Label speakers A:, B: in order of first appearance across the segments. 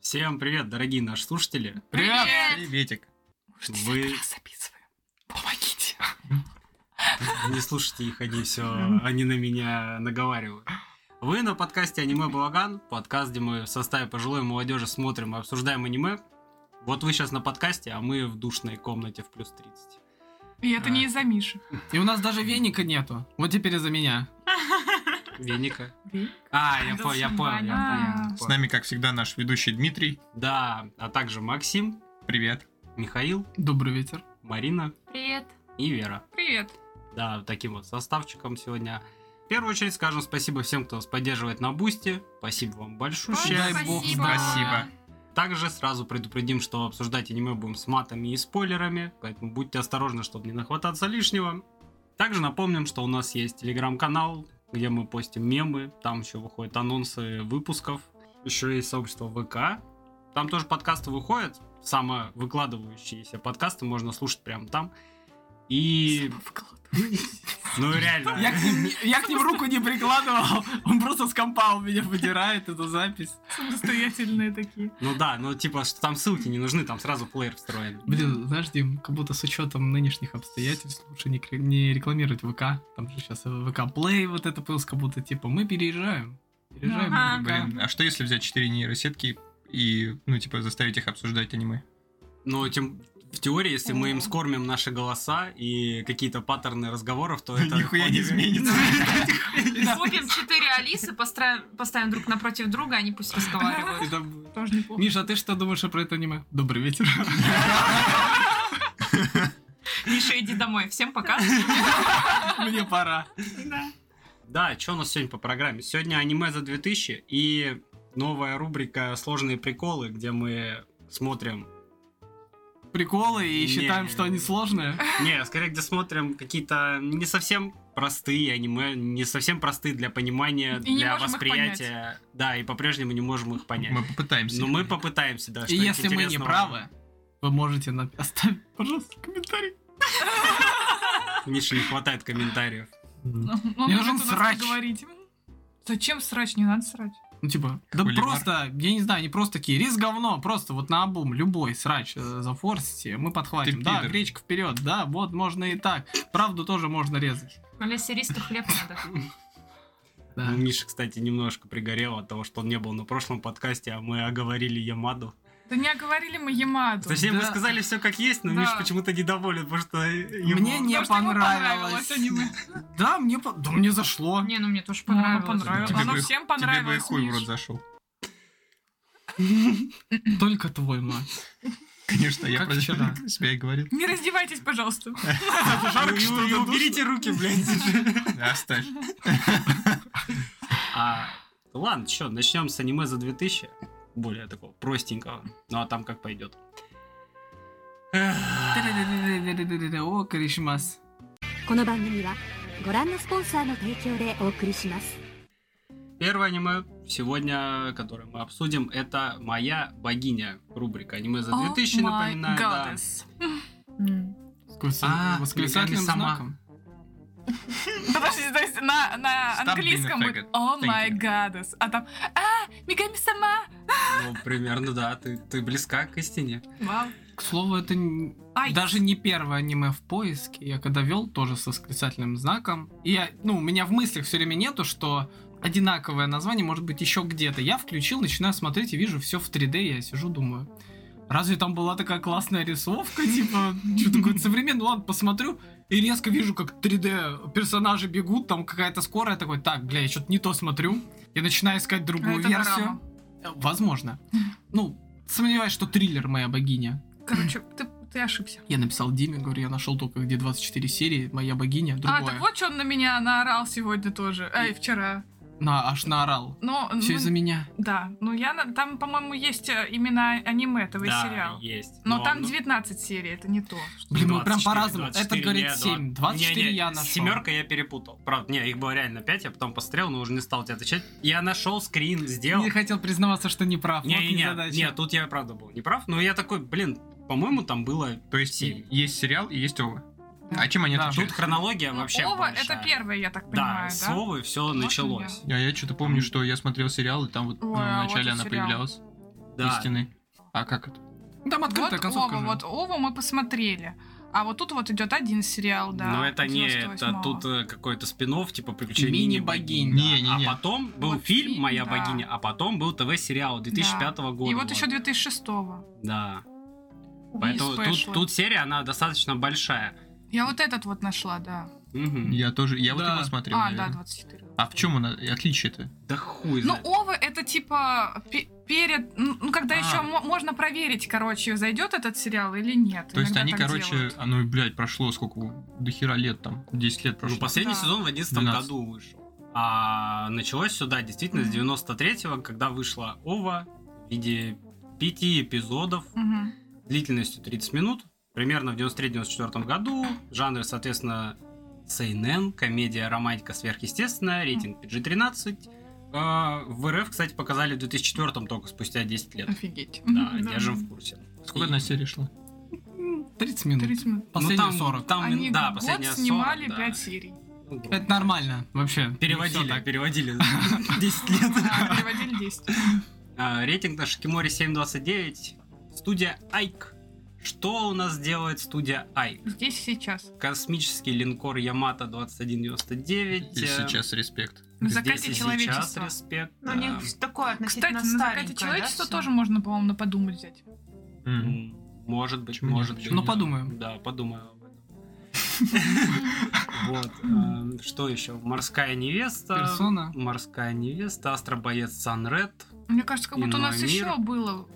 A: Всем привет, дорогие наши слушатели.
B: Привет!
C: Приветик.
A: Вы
B: записываем. Помогите.
A: не слушайте их, они все, они на меня наговаривают. Вы на подкасте Аниме Балаган, подкаст, где мы в составе пожилой молодежи смотрим и обсуждаем аниме. Вот вы сейчас на подкасте, а мы в душной комнате в плюс 30.
B: И
C: А.
B: это не из-за Миши.
D: И у нас даже веника нету. Вот теперь из-за меня.
A: Веника. А, я
B: Да
A: понял, я понял, я понял.
B: понятно.
A: я
C: С
A: понял.
C: нами, как всегда, наш ведущий Дмитрий.
A: Да, а также Максим,
C: Привет.
A: Михаил,
D: Добрый ветер.
A: Марина
B: Привет.
A: и Вера.
B: Привет.
A: Да, таким вот составчиком сегодня. В первую очередь скажем спасибо всем, кто нас поддерживает на Бусти. Спасибо вам большое.
D: Ой, Дай бог
C: Спасибо.
A: Также сразу предупредим, что обсуждать аниме будем с матами и спойлерами, поэтому будьте осторожны, чтобы не нахвататься лишнего. Также напомним, что у нас есть телеграм-канал, где мы постим мемы, там еще выходят анонсы выпусков. Еще есть сообщество ВК, там тоже подкасты выходят, самовыкладывающиеся подкасты можно слушать прямо там. И... Ну реально.
D: Я к, ним, я к ним руку не прикладывал. Он просто с компа у меня выдирает эту запись.
B: Самостоятельные такие.
A: Ну да, ну типа, что там ссылки не нужны, там сразу плеер встроен.
D: Блин, знаешь, Дим, как будто с учетом нынешних обстоятельств лучше не, кре- не рекламировать ВК. Там же сейчас ВК Плей вот это появилось, как будто типа мы переезжаем.
B: Ага.
D: Переезжаем. на ВК.
C: Блин, а что если взять четыре нейросетки и, ну, типа, заставить их обсуждать аниме?
A: Но тем, в теории, если мы им скормим наши голоса и какие-то паттерны разговоров, то
C: Ну,
A: это...
C: Нихуя не
A: вполне-
C: изменится.
E: Купим четыре Алисы, постраиваем- поставим друг напротив друга, они пусть разговаривают.
D: Это будет.
B: Тоже неплохо.
D: Миша, а ты что думаешь про это аниме? Добрый ветер.
E: Миша, иди домой. Всем пока.
D: Мне пора.
B: Да.
A: Да, что у нас сегодня по программе? Сегодня аниме за 2000 и новая рубрика «Сложные приколы», где мы смотрим...
D: Приколы и
A: Не.
D: считаем, что они сложные.
A: Не, скорее, где смотрим какие-то не совсем простые аниме, не совсем простые для понимания,
B: И не
A: для
B: можем их
A: восприятия. Да, и по-прежнему не можем их понять.
C: Ну, Мы попытаемся.
A: Но мы попытаемся, да. что
D: И если мы не
A: А интересного.
D: правы, вы можете на- оставить, пожалуйста, комментарий.
A: Мише не хватает комментариев.
B: Мне
D: нужен срач.
B: Говорить. Зачем срач? Не надо срать.
D: Ну, типа, да
C: Холивар.
D: просто, я не знаю, они просто такие, рис говно, просто вот на обум, любой срач э, зафорсите, мы подхватим.
C: Ты
D: да,
C: пидор.
D: гречка вперед, да, вот можно и так. Правду тоже можно резать.
E: Ну, если рис, то хлеб надо.
D: Да.
A: Ну, Миша, кстати, немножко пригорел от того, что он не был на прошлом подкасте, а мы оговорили Ямаду.
B: Да не оговорили мы Ямаду.
A: Точнее, мы
D: да.
A: сказали все как есть, но
B: Да.
A: Миша почему-то недоволен, потому что ему...
D: Мне не
B: Потому что ему
D: понравилось.
B: понравилось аниме.
D: Да, мне по- да мне зашло.
E: Не, ну мне тоже
B: Оно
E: понравилось.
B: понравилось.
C: Тебе
B: Оно
C: бы-
B: всем
C: Тебе бы и
B: понравилось.
C: хуй в
B: Миш.
C: рот зашел.
D: Только твой мать.
C: Конечно, я
D: Как
C: про
D: вчера.
C: себя и говорил.
B: Не раздевайтесь, пожалуйста.
A: Жарко, что ли? Уберите руки, блядь.
C: Да, Оставь.
A: А, Ладно, что, начнем с аниме за 2000. Более такого простенького. Ну, а там как пойдет.
D: О, Кришмас.
F: この番組はご覧のスポンサーの提供でお送りします。
A: Первое аниме сегодня, которое мы обсудим, это «Моя богиня». Рубрика «Аниме за 2000»,
B: Oh my
A: напоминаю. да.
B: goddess.
E: М.
D: С кос-
A: А,
D: восклицательным
A: Мигами сама.
D: знаком.
B: Подождите, то есть на, на
C: Stop
B: английском
C: being a
B: будет
C: faggot.
B: «О
C: Thank
B: май
C: you.
B: гадес», а там «А, Мигами сама».
A: Ну, примерно, да. Ты, ты близка к истине.
B: Вау.
D: К слову, это н-
B: Ай.
D: даже не первое аниме в поиске. Я когда вел, тоже с восклицательным знаком. И я, ну, у меня в мыслях все время нету, что одинаковое название может быть еще где-то. Я включил, начинаю смотреть и вижу все в 3D. Я сижу, думаю, разве там была такая классная рисовка? Типа, что такое современное? Ну ладно, посмотрю. И резко вижу, как 3D персонажи бегут, там какая-то скорая такой, так, бля, я что-то не то смотрю. Я начинаю искать другую
B: ну, Это
D: версию.
B: драма.
D: Э, Возможно. Ну, сомневаюсь, что триллер моя богиня.
B: Короче, ты, ты ошибся.
D: Я написал Диме, говорю, я нашел только где 24 серии, моя богиня, другое.
B: А, так вот что он на меня наорал сегодня тоже. Эй, вчера.
D: На, аж наорал.
B: Но,
D: Все
B: ну,
D: из-за меня.
B: Да, ну я... на- Там, по-моему, есть э, именно аниме этого и
A: да,
B: сериала.
A: есть. Ну,
B: Но, там
A: оно-
B: 19 серий, это не то.
D: Блин, мы
A: 24,
D: прям по-разному. Этот
A: 24,
D: говорит
A: не,
D: 7,
A: да.
D: 24
A: Не-не,
D: я нашел.
A: Семерка я перепутал. Правда, не, их было реально 5, я потом посмотрел, но уже не стал тебе отвечать. Я нашел скрин, сделал.
D: Не хотел признаваться, что не прав.
A: Не,
D: вот
A: не, не,
D: незадача.
A: не, тут я правда был не прав. Но я такой, блин, по-моему, там было
C: То есть
A: Семь.
C: есть сериал и есть ова. А чем они
D: Да.
A: Тут
C: отличаются?
A: хронология
B: Ну,
A: вообще
B: Ова
A: большая.
B: это первое, я так
A: Да,
B: понимаю,
A: с
B: да?
A: Овы все
B: Можно
A: началось.
C: А я что-то помню, что я смотрел сериал, и там вот ну,
B: Ой, а вот
C: в начале
B: и
C: она
B: сериал.
C: появлялась
A: Да.
C: истины. А как это?
D: Ну, Там открытая
B: Вот
D: концовка
B: Ова,
D: же.
B: вот Ова мы посмотрели. А вот тут вот идет один сериал, Ну да.
A: Но это не это
B: 98-го.
A: тут э, какой-то спинов типа приключения
D: Мини-богинь.
A: богини.
C: Не-не-не.
A: А потом был
B: Вот
A: фильм
B: фильм,
A: Моя
B: да.
A: богиня, а потом был ТВ-сериал 2005 года.
B: И вот еще
A: вот.
B: 2006-го.
A: Да.
B: Wii
A: Поэтому тут,
B: Special.
A: тут серия, она достаточно большая.
B: Я вот этот вот нашла, да.
A: Мгм.
C: Я тоже, я вот
D: Да.
C: его смотрел,
B: А, да,
C: наверное.
B: 24.
C: А в чем она, отличие-то?
A: Да хуй
B: Ну,
A: знает.
B: Овы это типа пе- перед, ну, ну, когда
C: А.
B: еще мо- можно проверить, короче, зайдет этот сериал или нет.
C: То есть
B: Иногда
C: они,
B: так
C: короче,
B: делают.
C: а ну, блядь, прошло сколько, до хера лет там, 10 лет
A: Ну,
C: прошло.
A: последний
B: Да.
A: сезон в 2011
C: 12.
A: году вышел. А началось сюда действительно с
B: Мгм.
A: 93-го, когда вышла Ова в виде пяти эпизодов
B: Мгм.
A: длительностью 30 минут. Примерно в 93-94 году. Жанры, соответственно, сейнен, комедия, романтика, сверхъестественная, рейтинг PG-13. А, В РФ, кстати, показали в 2004 только спустя 10 лет.
B: Офигеть.
A: Да,
B: Мгм,
A: держим в курсе.
C: Сколько одна серия шла?
D: 30 минут.
B: 30 минут.
A: Ну,
D: Последние
A: там,
D: 40.
A: там,
B: Они
A: да,
B: год
A: последние 40,
B: снимали
A: да.
B: 5 серий.
A: Ну, грубо
D: Это нормально, вообще.
A: Переводили,
D: Ну, Всё так.
A: переводили 10 лет.
B: Да, переводили 10.
A: А, Рейтинг на Шикимори 7.29. Студия Айк. Что у нас делает студия Айк?
B: Здесь и сейчас.
A: Космический линкор Ямато 2199.
C: И
A: э,
C: сейчас респект.
B: На
A: здесь
B: закате
A: и сейчас
B: человечества.
A: респект.
E: Ну,
A: да.
E: у них
B: Кстати,
E: такое относительно
B: на закате
E: старенькое, да,
B: человечества
E: всё?
B: тоже можно, по-моему, на подумать взять.
A: Ну.
C: М.
A: М, Может быть,
C: Почему
A: может
C: нет?
A: быть.
D: Ну, подумаем.
A: Да, подумаю об этом. Вот. эм, Что еще? Морская невеста.
D: Персона.
A: Морская невеста. Астробоец Санред.
B: Мне кажется, как будто у нас
A: Иной мир.
B: еще было,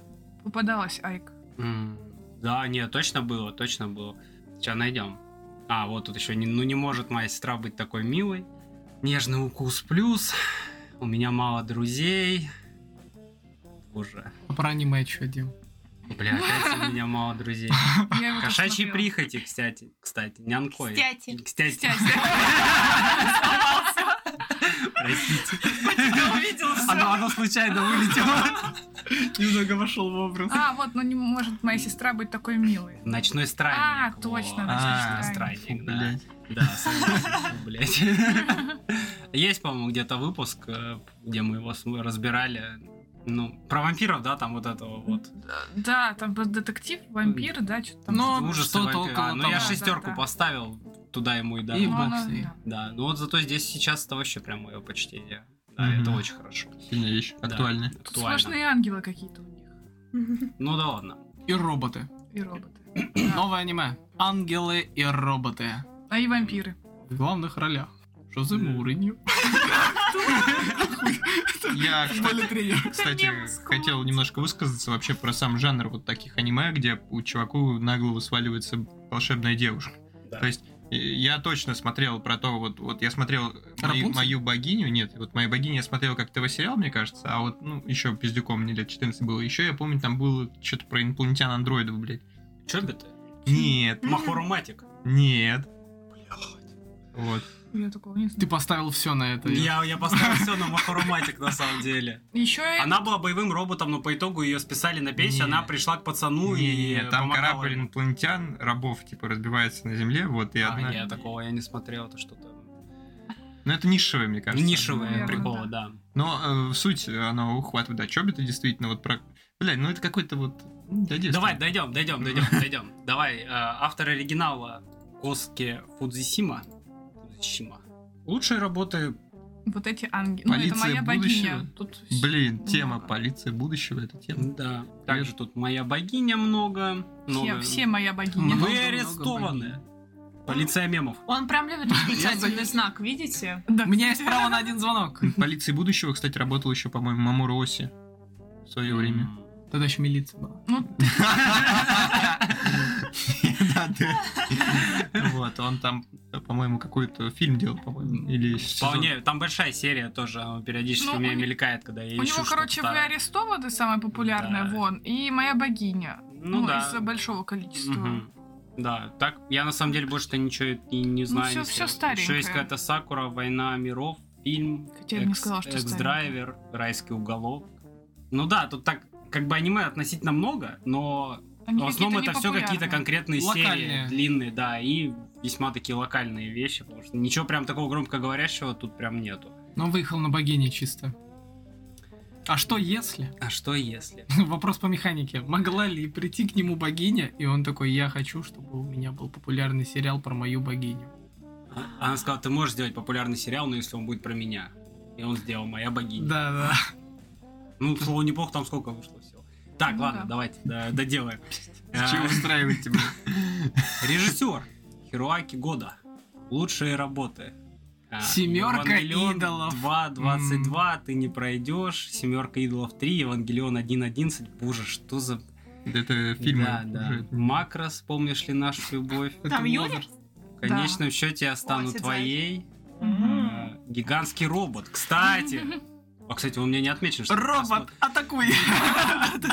B: попадалось Айк.
A: М, Да, нет, точно было, точно было. Сейчас найдем. А, вот тут еще не, ну не может моя сестра быть такой милой. Нежный укус плюс. У меня мало друзей. Боже.
D: А Про аниме что делал?
A: Бля, опять у меня мало друзей.
B: Я его тоже
A: Кошачьи
B: смотрела.
A: прихоти, кстати. Кстати, нянкой.
E: Кстати.
A: Кстати.
B: Кстати.
A: Простите.
E: Увидел всё.
A: Оно, оно случайно вылетело.
D: Немного вошел в образ.
B: А, вот, ну не может моя сестра быть такой милой.
A: Ночной странник.
B: А,
A: Во,
B: точно,
A: Ночной
C: «Ночной
A: странник,
C: Фу,
A: да.
C: блядь.
A: Да, согласен, блядь. Есть, по-моему, где-то выпуск, э, где мы его см- разбирали. Ну, про вампиров, да, там вот этого вот.
B: Да, там был детектив, вампир, да, что-то там.
D: Ну,
A: ужасы
D: что-то
A: вампира.
D: около
A: А, Ну,
D: того.
A: я
D: Да,
A: шестерку
B: да, да.
A: поставил туда ему и дал.
D: И
B: Ну,
D: бокс,
B: она-
D: и-
B: да.
A: Да, ну вот зато здесь сейчас это вообще прям мое почтение. Да,
C: Мгм.
A: это очень хорошо.
C: Сильная вещь,
A: Да.
C: актуальная.
B: Тут
A: Актуально.
B: сплошные ангелы какие-то у них.
A: Ну да ладно.
D: И роботы.
B: И роботы.
D: Новое аниме. Ангелы и роботы.
B: А и вампиры.
D: В главных ролях. Что за
A: Да.
D: Муринью?
C: Я, кстати,
D: тренер.
C: кстати, хотел немножко высказаться вообще про сам жанр вот таких аниме, где у чуваку на голову сваливается волшебная девушка.
A: Да.
C: То есть э, я точно смотрел про то, вот, вот я смотрел мою,
D: Рапунцель?
C: мою богиню, нет, вот мою богиню я смотрел как ТВ-сериал, мне кажется, а вот, ну, еще пиздюком мне лет 14 было, еще я помню, там было что-то про инопланетян-андроидов, блядь.
A: Чобиты?
C: Нет,
A: Ну, Махоруматик.
C: нет, вот.
B: Я такого не знаю.
D: Ты поставил все на это.
A: Я, я поставил все на Махоруматик на самом деле.
B: Еще
A: Она была боевым роботом, но по итогу ее списали на пенсию,
C: Не.
A: она пришла к пацану Ну и
C: Не-не-не, там
A: помогала
C: корабль
A: ему.
C: инопланетян, рабов, типа, разбивается на земле, вот, и
A: А,
C: одна...
A: нет, такого я не смотрел, это что-то...
C: Ну, это нишевое, мне кажется.
A: Нишевые
B: Наверное,
A: приколы, ну, да.
C: Но э, в суть оно ухватывает, да, чобиты действительно, вот про... Бля, ну это какой-то вот... ну, м, да, детство.
A: Давай, дойдем, дойдем, дойдем, дойдем. Давай, э, автор оригинала Коски Фудзисима. Фудзисима. Лучшие работы...
B: вот эти ангелы. Ну, это
C: Полиция
B: моя богиня.
C: будущего.
B: Тут всё.
C: Блин, тема
B: много.
C: полиция будущего, это тема.
A: Да. Также тут моя богиня много.
B: все,
A: много.
B: все моя
D: Много,
B: богиня.
A: Вы
D: много
A: арестованы. Полиция мемов.
E: Он прям любит восклицательный знак, видите?
B: Да.
D: У меня есть право на один звонок.
C: Полиция будущего, кстати, работал еще, по-моему, Мамору Оси в свое время.
D: Тогда еще милиция была.
B: Ну,
C: Да, да. Вот, он там, э, по-моему, какой-то фильм делал, по-моему, или сезон.
A: Вполне, там большая серия тоже, она периодически
B: Ну,
A: у меня
B: у не-
A: мелькает, когда я
B: у
A: ищу
B: него, короче,
A: что-то
B: вы
A: старое.
B: арестованы, самая популярная,
A: Да.
B: вон, и моя богиня.
A: Ну, да.
B: из-за большого количества.
A: Мгм. Да, так я на самом деле больше-то ничего и не знаю.
B: Ну, всё- всё старенькое.
A: Еще есть какая-то Сакура, Война миров, фильм,
B: Хотя я бы не сказала, что
A: драйвер Райский уголок. Ну да, тут так как бы аниме относительно много, но
B: Они
A: в основном
B: Ну, какие-то
A: это все какие-то
B: непопулярные.
A: конкретные серии
D: Локальные.
A: длинные, да, и весьма такие локальные вещи, потому что ничего прям такого громкоговорящего тут прям нету.
D: Но выехал на богине чисто. А что если?
A: А что если?
D: Вопрос по механике. Могла ли прийти к нему богиня, и он такой, я хочу, чтобы у меня был популярный сериал про мою богиню.
A: А- Она сказала, ты можешь сделать популярный сериал, но если он будет про меня. И он сделал «Моя богиня».
D: Да, да.
A: Ну, к слову, неплохо, там сколько вышло всего. Так,
E: Ну
A: ладно,
E: да.
A: давайте да, доделаем.
C: Чего устраивает тебя?
A: А, Режиссер Хируаки Года. Лучшие работы. А,
D: «Семерка
A: «Евангелион»
D: идолов.
A: 2.22, ты не пройдешь. Семерка идолов 3, Евангелион 1.11. Боже, что за...
C: Это фильмы.
A: Да, да.
C: уже.
A: Макрос, помнишь ли нашу любовь?
E: Там Юля?
D: Юля?
A: В конечном счете я стану
E: Сидзаки.
A: твоей.
E: Мгм.
A: А, Гигантский робот. Кстати. А, кстати, он мне не отмечен, что...
D: Робот, атакуй!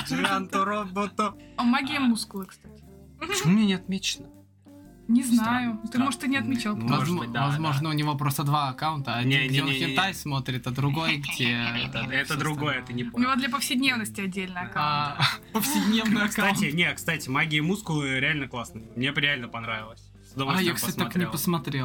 A: Гиганту робота.
B: А магия
A: А.
B: мускулы, кстати.
A: Почему мне не отмечено?
B: Не
A: Странно,
B: знаю. Ты,
A: странно.
B: может, и не отмечал.
A: Ну,
B: потому
A: может
D: Возможно,
A: быть, да,
D: возможно, у него просто два аккаунта. Один,
A: Не, не,
D: где он
A: не, не, не.
D: Китай смотрит, а другой, где...
A: Это,
D: э,
A: это
D: всё
A: другое,
D: остальное.
A: это не
B: что У него
A: понял.
B: для повседневности отдельно аккаунт.
D: А, Повседневный аккаунт.
A: Кстати, не, кстати, магия и мускулы реально классные. Мне б реально понравилось. С
D: А
A: удовольствием
D: я, кстати, так и не
A: посмотрел.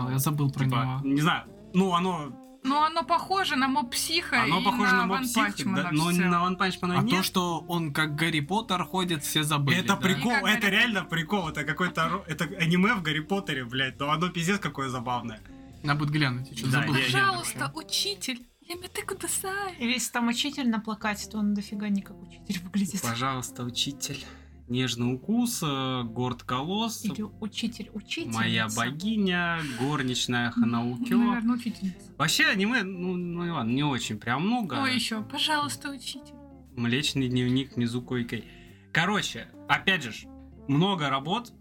D: посмотрел, я забыл про
A: Типа,
D: него.
A: не знаю, ну оно,
B: Но оно похоже на моб психа
A: оно
B: и
A: похоже на
B: на Ван
A: мопсих,
B: Панчмена
A: но
B: в целом.
A: на One Punch Man «Ну
D: А
A: нет.
D: то, что он как Гарри Поттер ходит, все забыли.
A: это
D: да?
A: прикол,
B: И как
A: это
B: Гарри
A: реально прикол, это какой-то, ро- это аниме в Гарри Поттере, блядь, но оно пиздец какое забавное.
D: Надо будет глянуть, я что
A: Да,
D: забыл.
A: я- я-
B: Пожалууйста, учитель, я кудасай.
E: Или если там учитель на плакате, то он дофига не как учитель выглядит.
A: Пожалуйста, учитель. Нежный укус, э, горд колосс,
E: Или учитель, учитель.
A: моя богиня, горничная Ханаукио.
B: Наверное, Ну, учительница.
A: Вообще аниме, ну, ну и ладно, не очень прям много.
B: Ой, еще, пожалуйста, учитель.
A: Млечный дневник Мизуко Икэй. Короче, опять же, ж, много работ.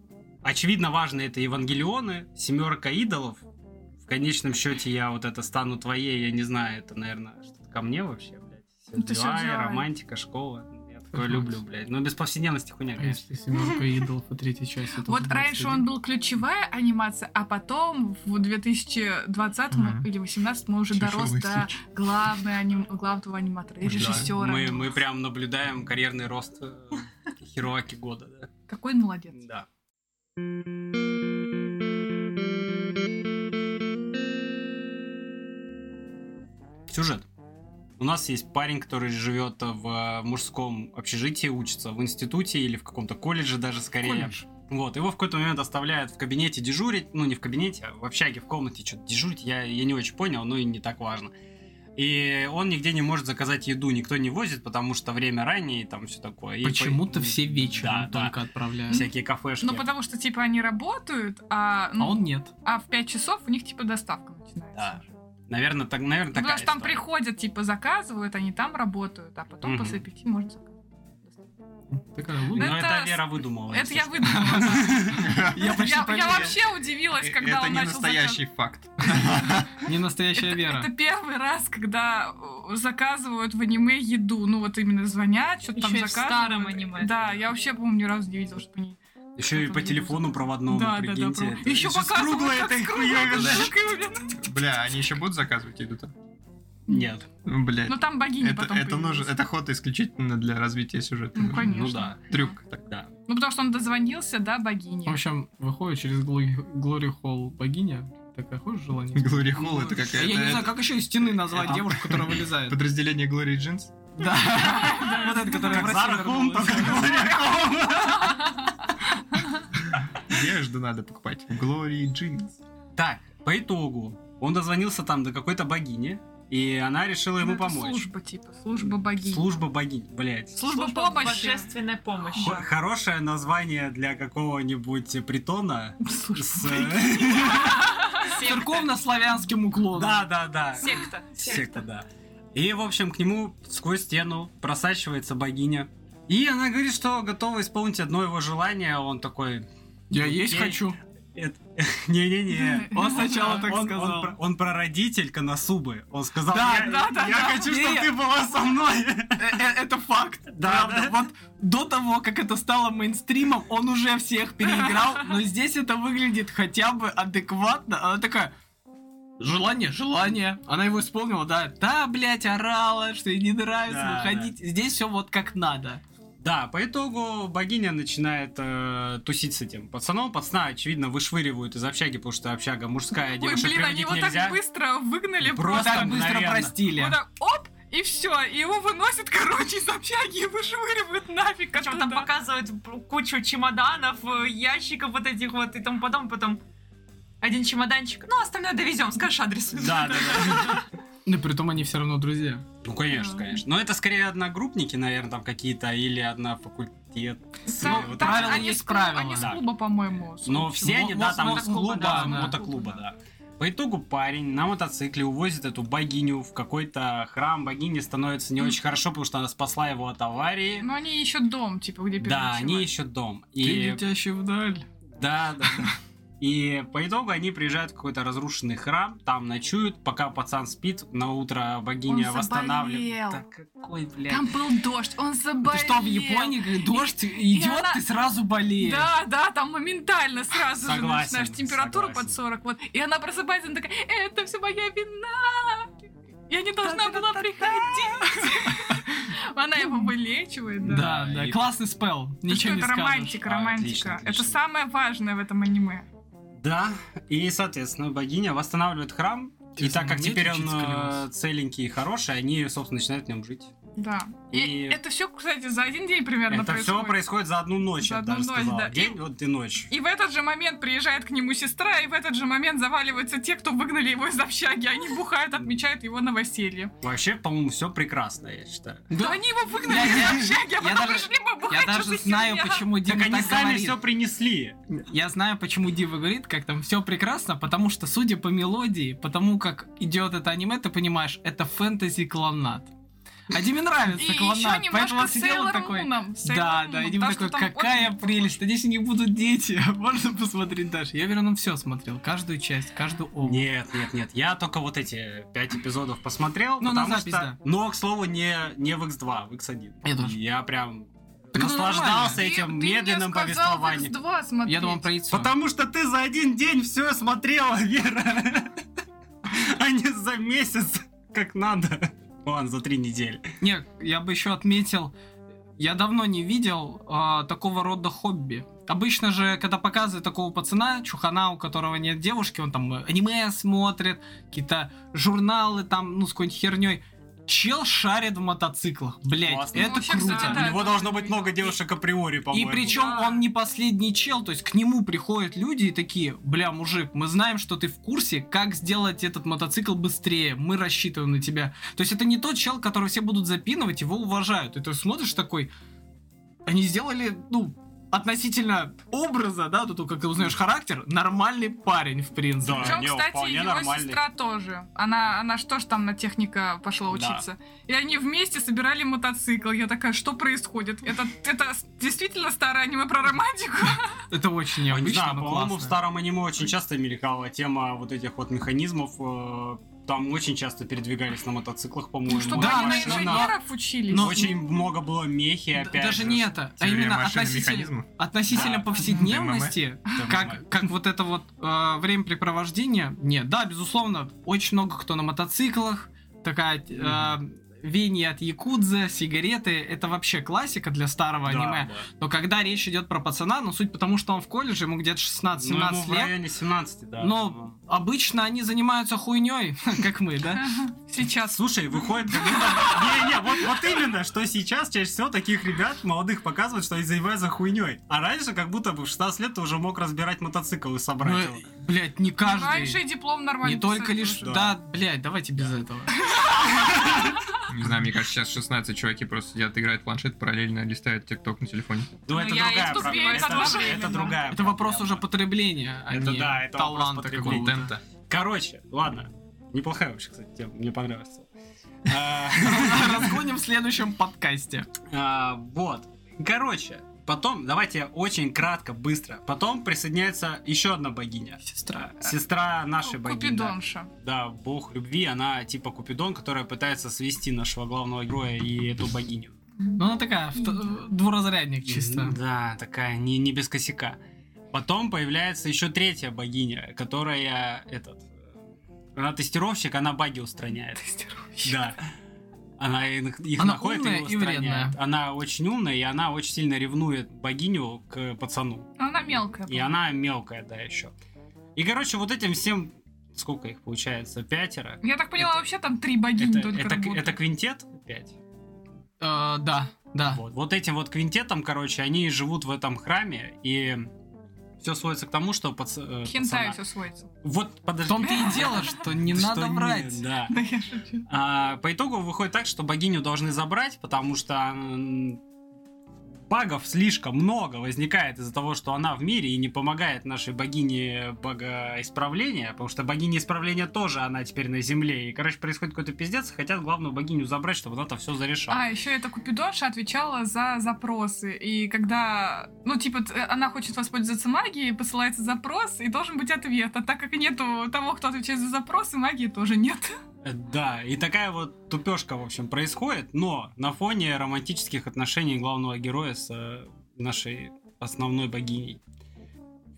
A: Очевидно, важно это Евангелионы, Семерка идолов. В конечном счете я вот это стану твоей, я не знаю, это, наверное, что-то ко мне вообще, блядь. Всё
B: Ну, ты всё
A: взяла,
B: взяла.
A: романтика, школа. Я такое
D: Мгм.
A: люблю, блядь. Но без повседневности хуйня,
D: А
A: конечно.
D: если семерка идолов по третьей части? это
B: Вот
D: уже
B: раньше
D: 21.
B: он был ключевая анимация, а потом в 2020
C: Мгм.
B: или 2018 мы уже дорос
C: Тяжелый
B: до
C: случай.
B: главной аним- главного аниматора и
A: Да.
B: режиссера.
A: Мы, мы прям наблюдаем карьерный рост э, Хироаки года, да.
B: Какой он молодец.
A: Да. Сюжет. У нас есть парень, который живет в мужском общежитии, учится в институте или в каком-то колледже даже скорее.
D: Колледж.
A: Вот, его в какой-то момент оставляют в кабинете дежурить, ну не в кабинете, а в общаге, в комнате что-то дежурить, я, я не очень понял, но и не так важно. И он нигде не может заказать еду, никто не возит, потому что время раннее и там все такое. И по-
D: Почему-то все вечером
A: Да, да.
D: только отправляют.
A: Всякие кафешки.
B: Ну, потому что, типа, они работают, а, ну,
D: А он нет.
B: а в 5 часов у них, типа, доставка начинается.
A: Да. Наверное, так, наверное,
B: Ну,
A: такая
B: Потому что там
A: история.
B: приходят, типа, заказывают, они там работают, а потом
A: Мгм.
B: после пяти можно заказывать.
D: Такая логика.
A: Но
B: Ну,
A: это,
B: это
A: Вера выдумала.
B: Это я
A: естественно.
B: выдумала.
D: Я почти
B: Я я
D: поверил.
B: вообще удивилась, когда
C: Э, Это
B: он
C: не
B: начал заказ-
C: настоящий факт.
D: Не настоящая
B: Это,
D: вера.
B: это первый раз, когда э, заказывают в аниме еду. Ну вот именно звонят, что-то там
E: Ещё и в
B: заказывают.
E: старом аниме.
B: Да, я вообще, по-моему, ни разу не видела, чтобы они...
A: Еще и по телефону проводному,
B: да,
A: Ну, прикиньте.
B: да, да.
A: это же
B: Еще
A: с
B: показывают,
A: круглой
B: как
A: этой
B: с круглой
A: хуёвиной.
C: да.
B: штуковиной.
C: Бля, они еще будут заказывать еду-то?
A: Нет.
C: Бля,
B: Ну там богиня
C: это,
B: потом
C: это,
B: появилась.
C: нужен, это ход исключительно для развития сюжета.
B: Ну, конечно.
A: Ну да.
C: Трюк. Так.
A: Да.
B: Ну потому что он дозвонился до богини.
D: В общем, выходит через Глори Холл богиня. Такая, хочешь желание?
C: Глори Холл это какая-то...
D: Ну, Я не знаю, как еще из стены назвать
A: Это-
D: девушку, которая
C: это
D: вылезает.
C: Подразделение Глори Джинс?
D: Да. Вот это, которая в
A: Как
D: России
A: Зара Холм,
D: вернулась.
A: только Глория Холм.
C: Одежду надо покупать. Глори Джинс.
A: Так, по итогу, он дозвонился там до какой-то богини, и она решила
B: Ну,
A: ему
B: это
A: помочь.
B: Служба, типа, служба богини.
A: Служба богинь, блядь.
B: Служба помощи.
E: божественной помощи.
A: Хо- Хорошее название для какого-нибудь э, притона. с, э,
D: Церковно-славянским уклоном.
A: Да, да, да.
E: Секта.
A: Секта, да. И, в общем, к нему сквозь стену просачивается богиня. И она говорит, что готова исполнить одно его желание. Он такой...
D: Я есть
A: Окей.
D: хочу.
A: «Эт- Не-не-не.
D: Он сначала так
A: Он-
D: сказал.
A: Он, про- он прародитель Коносубы. Он сказал,
D: Да,
A: я,
D: да, да,
A: я
D: да.
A: хочу,
D: Не,
A: чтобы
D: я-
A: ты была со мной.
D: Э, э, Это факт.
A: Да,
D: Правда.
A: да.
D: Вот до того, как это стало мейнстримом, он уже всех переиграл, но здесь это выглядит хотя бы адекватно. Она такая... Желание, желание. Она его исполнила, да. Да, блядь, орала, что ей не нравится,
A: Да,
D: выходить. Здесь все вот как надо.
A: Да, по итогу богиня начинает э, тусить с этим пацаном. Пацана, очевидно, вышвыривают из общаги, потому что общага мужская, а
B: Ой,
A: девушек
B: блин, они
A: приводить
B: его
A: нельзя.
B: так быстро выгнали,
A: Просто
B: просто
D: так быстро
A: мгновенно.
D: простили.
B: Вот так, оп, и все. И его выносят, короче, из общаги и вышвыривают нафиг
E: Причем там
B: оттуда.
E: показывают кучу чемоданов, э, ящиков вот этих вот и тому потом, потом один чемоданчик. Ну, остальное довезем, скажешь адрес.
A: Да, да, да.
D: Ну, притом они все равно друзья.
A: Ну, конечно,
B: Да.
A: конечно. Но это скорее одногруппники, наверное, там какие-то, или одна факультет.
B: Там-
A: вот
B: там
D: правила
B: они
D: есть
B: с клуба-
D: правила.
B: Они с
A: Да. Э,
B: клуба, по-моему. с
A: Но
B: клуба
A: все
B: чего?
A: они, да, там
D: мото-
A: из клуба,
D: ну,
A: да,
D: да, да.
A: мотоклуба, да. По итогу парень на мотоцикле увозит эту богиню в какой-то храм. Богиня становится не очень хорошо, потому что она спасла его от аварии.
B: Но они ищут дом, типа, где
A: Да,
B: переночевать.
A: они еще дом.
D: Ты
A: И
D: летящий вдаль.
A: Да, да. да. И по итогу они приезжают в какой-то разрушенный храм, там ночуют, пока пацан спит, на утро богиня
B: Он
A: восстанавливает.
B: заболел.
A: Да какой, блядь.
B: Там был дождь, он заболел.
D: Ты что, в Японии говорит, дождь идет,
B: она-
D: ты сразу болеешь.
B: Да, да, там моментально сразу же
A: Согласен,
B: начинаешь температуру
A: согласен.
B: под 40. Вот. И она просыпается, она такая, это все моя вина. Я не должна была приходить. Она его вылечивает, да.
D: Да,
A: Да,
D: да,
A: и-
D: классный спел,
B: Ну
D: ничего
B: что,
D: не
B: это
D: скажешь.
B: романтика,
A: А,
B: романтика.
A: отлично,
B: Это
A: отлично.
B: самое важное в этом аниме.
A: Да, и, соответственно, богиня восстанавливает храм, и
D: Интересно,
A: так как
D: мне это
A: теперь он
D: чуть
A: э,
D: склеилось.
A: целенький и хороший, они, собственно, начинают в нем жить.
B: Да. И,
A: И-
B: это все, кстати, за один день примерно
A: Это все происходит за одну ночь,
B: За
A: я бы
B: одну
A: даже
B: ночь,
A: сказал.
B: да.
A: День, вот и ночь.
B: И в этот же момент приезжает к нему сестра, и в этот же момент заваливаются те, кто выгнали его из общаги. Они бухают, отмечают его новоселье.
A: Вообще, по-моему, все прекрасно, я считаю.
B: Да они его выгнали
D: Я-
B: из общаги, а
D: я
B: потом
D: даже-
B: пришли побухать.
D: Я
B: что
D: даже
B: за
D: знаю,
B: херня?
D: почему
A: Так
D: Дива
A: они
D: так
A: сами
D: говорит.
A: все принесли.
D: Я знаю, почему Дива говорит, как там все прекрасно, потому что, судя по мелодии, потому как идет это аниме, ты понимаешь, это фэнтези клонат. А Диме нравится
B: И еще
D: клонат, поэтому
B: немножко
D: он сидел
B: Сейлор
D: и такой...
B: Муном.
D: Да, да, и Дима такой, какая прелесть, надеюсь, у них будут дети, можно посмотреть дальше. Я, верно, все смотрел, каждую часть, каждую овощ.
A: Нет, нет, нет. Я только вот эти пять эпизодов посмотрел.
D: Ну, на
A: потому
D: запись,
A: что...
D: да.
A: Но, к слову, не, не в X2, в X1.
D: Я тоже.
A: Я прям
D: Так оно
A: наслаждался
D: нормально.
A: этим медленным повествованием.
D: Я думал про яйцо.
A: Потому что ты за один день все смотрела, Вера. А не за месяц, как надо. Ладно, за три недели.
D: Не, я бы еще отметил, я давно не видел а, такого рода хобби. Обычно же, когда показывают такого пацана, чухана, у которого нет девушки, он там э, аниме смотрит, какие-то журналы там, ну, с какой-нибудь херней. Чел шарит в мотоциклах, блядь,
A: Классно.
D: это
B: Ну, Вообще,
D: круто.
B: кстати, да,
A: У него
B: это
A: должно
B: очень
A: быть много девушек априори,
D: И
A: по-моему.
D: причем он не последний чел, то есть к нему приходят люди и такие, бля, мужик, мы знаем, что ты в курсе, как сделать этот мотоцикл быстрее, мы рассчитываем на тебя. То есть это не тот чел, которого все будут запинывать, его уважают. И ты смотришь такой, они сделали, ну, относительно образа, да, тут как ты узнаешь характер, нормальный парень, в принципе.
A: Да.
B: Причем,
A: не,
B: кстати,
A: вполне
B: его
A: нормальный.
B: сестра тоже. Она, она что ж там на техника пошла
A: Да.
B: учиться. И они вместе собирали мотоцикл. Я такая, что происходит? Это, это с- действительно старое аниме про романтику?
D: Это очень
A: Я не
D: необычно,
A: знаю,
D: но
A: по-моему, в
D: ну, классно.
A: старом аниме очень часто мелькала тема вот этих вот механизмов. э, Там очень часто передвигались на мотоциклах, по-моему.
B: Что
A: Очень
D: Ну да,
B: они на
D: конечно,
A: важно.
B: инженеров учились?
D: но-
A: Очень много было мехи,
D: Д-
A: опять же.
D: Даже не это, а
C: Теория
D: именно
C: машин и
D: относительно,
C: механизмов.
D: относительно
A: Да. М-м.
D: повседневности,
A: Да,
D: как, как вот это вот э, времяпрепровождение. Нет, да, безусловно, очень много кто на мотоциклах, такая э, вене от якудзы, сигареты, это вообще классика для старого
A: да,
D: аниме.
A: да. Ну,
D: Но когда речь идет про пацана, ну суть потому, что он в колледже, ему где-то 16-17
A: Ну, ему в
D: лет,
A: районе 17, да.
D: но обычно они занимаются хуйней, как мы, да?
B: Ага, Сейчас.
A: Слушай, выходит как будто... Не-не, вот, вот именно, что сейчас чаще всего таких ребят молодых показывают, что они занимаются хуйней. А раньше как будто бы в 16 лет ты уже мог разбирать мотоцикл и собрать его.
D: Ну, Блять, не
B: Раньше
D: каждый.
B: и диплом нормально
D: Не только
B: писать
D: лишь...
B: тоже.
D: Да, блять, давайте без этого.
C: Не знаю, мне кажется, сейчас 16 чуваки просто сидят, играют в планшет, параллельно листают тикток на телефоне.
A: Ну,
E: Ну,
A: это
E: я и
A: другая
E: тут
A: проблема.
E: верю
A: Это,
E: одновременно.
A: это другая
D: Это вопрос
A: проблема.
D: уже потребления, а
A: Это
D: не
A: да, это вопрос
D: таланта
A: потребления.
D: какого-то.
C: Контента.
A: Короче, ладно. Неплохая вообще, кстати, тема. Мне понравилось. А,
D: Разгоним в следующем подкасте.
A: а, Вот. Короче, потом, давайте очень кратко, быстро. Потом присоединяется еще одна богиня.
D: Сестра.
A: Сестра нашей богини. да.
B: Купидонша.
A: да, бог любви, она типа Купидон, которая пытается свести нашего главного героя и эту богиню.
D: Ну, она такая, авто- двуразрядник чисто.
A: М, Да, такая, не, не без косяка. Потом появляется еще третья богиня, которая этот... э, Она тестировщик, она баги устраняет. Да. Она их их
D: Она
A: находит и,
D: умная и
A: устраняет.
D: вредная.
A: Она очень умная, и она очень сильно ревнует богиню к пацану.
B: Она мелкая.
A: И она мелкая, да, еще. И, короче, вот этим всем... Сколько их получается? Пятеро?
B: Я так поняла,
A: Это-
B: вообще там три богини
A: Это,
B: только
A: это,
B: работают.
A: это квинтет? Пять.
D: Э, да, да.
A: Вот. вот этим вот квинтетом, короче, они живут в этом храме, и все сводится к тому, что пац- э,
B: К Хентай
A: пацана-
B: все сводится.
A: Вот,
D: В
A: подожди.
D: том-то и дело, что не
A: Что
D: надо
A: нет,
D: врать.
A: Да.
B: Да, я шучу.
A: А, по итогу выходит так, что богиню должны забрать, потому что м, багов слишком много возникает из-за того, что она в мире и не помогает нашей богине богоисправления, потому что богиня исправления тоже она теперь на земле. И, короче, происходит какой-то пиздец, и хотят главную богиню забрать, чтобы она-то все зарешала.
B: А, еще эта Купидоша отвечала за запросы. И когда, ну, типа, т- она хочет воспользоваться магией, посылается запрос, и должен быть ответ. А так как нету того, кто отвечает за запросы, магии тоже нет.
A: Э, Да, и такая вот тупешка, в общем, происходит, но на фоне романтических отношений главного героя с э, нашей основной богиней.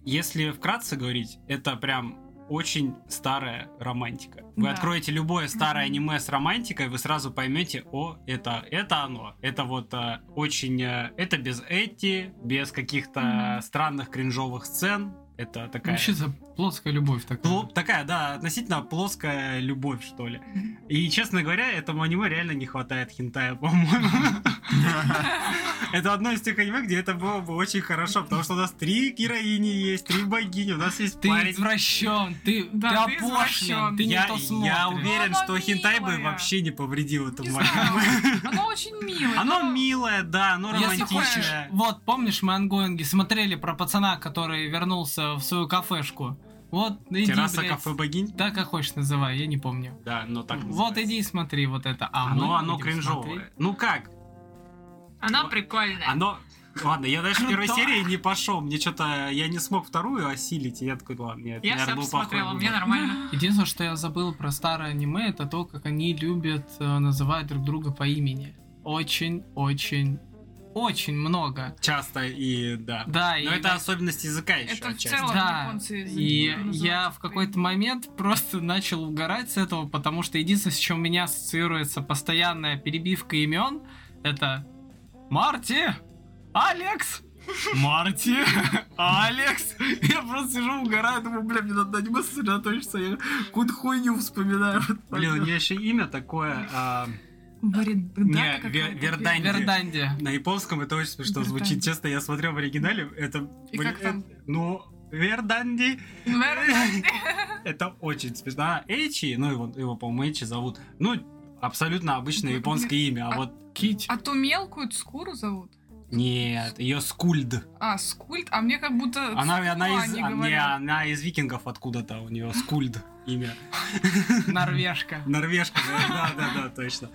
A: Если вкратце говорить, это прям очень старая романтика. Вы
B: Да.
A: откроете любое старое аниме с романтикой, вы сразу поймете, о, это, это оно. Это вот э, очень... э, это без эти, без каких-то
B: Мгм.
A: странных кринжовых сцен. Это такая... Ну,
D: Ну, Вообще за плоская любовь такая.
A: Пло- такая, да, относительно плоская любовь, что ли. И, честно говоря, этому аниме реально не хватает хентая, по-моему. Это одно из тех аниме, где это было бы очень хорошо, потому что у нас три героини есть, три богини, у нас есть
D: Ты
A: парень.
D: извращен, ты,
B: Да,
D: ты
B: ты
D: опошлен,
B: извращен.
D: ты не
A: я,
D: то
A: я
D: смотришь.
A: уверен,
B: Ну, оно
A: что хентай бы
B: милое.
A: вообще не повредил
B: Не
A: этому аниме.
B: знаю. Оно очень милое.
A: Оно
B: но-
A: милое, да, оно
D: Если хочешь,
A: романтичное.
D: вот помнишь, мы ангоинги смотрели про пацана, который вернулся в свою кафешку. Вот иди,
A: Терраса
D: блядь,
A: кафе богинь.
D: Да, как хочешь называй, я не помню.
A: Да, но так
D: вот
A: называется.
D: иди и смотри вот это. А
A: Оно,
D: мы
A: оно
D: будем смотреть.
A: кринжовое. Ну как,
E: Она прикольная.
A: Оно... А, ну, Ладно, я дальше первой
D: Круто.
A: серии не пошел. Мне что-то... Я не смог вторую осилить, и я такой, ладно, нет,
E: Я
A: наверное,
E: все
A: был плохой
E: посмотрела,
A: выбор.
E: мне нормально.
D: Единственное, что я забыл про старое аниме, это то, как они любят э, называть друг друга по имени. Очень, очень, очень много.
A: Часто и да.
D: Да, и
A: Но это особенность языка еще
B: Это в
A: отчасти.
B: целом
D: Да,
B: японцы.
D: И
B: называют
D: я
B: это
D: в какой-то
B: по-имени.
D: момент просто начал угорать с этого, потому что единственное, с чем у меня ассоциируется постоянная перебивка имен, это Марти, Алекс, Марти, Алекс. Я просто сижу, угораю, думаю, бля, мне надо на аниме сосредоточиться, я какую-то хуйню вспоминаю.
A: Блин, у нее еще имя такое... а,
B: Варид-
A: Не,
B: да, какая-то
A: Ве- Вердань.
D: Верданди.
A: на японском это очень смешно
B: Верданди.
A: звучит. Честно, я смотрел в оригинале, это...
B: И
A: блин,
B: как там?
A: э, Ну, Верданди,
B: Вердань.
A: это очень смешно. А, Эйчи, ну его, его по-моему, Эйчи зовут. Ну, абсолютно обычное
B: Ну,
A: японское имя, а
B: а-
A: вот...
D: Кить.
B: А ту мелкую Скуру зовут?
A: Нет, ее Скульд.
B: А, Скульт? А мне как будто...
A: Она,
B: Скула
A: она, из,
B: они
A: а, не,
B: говорят.
A: она из викингов откуда-то, у нее скульд имя.
D: Норвежка.
A: Норвежка, да, да, да, да, точно.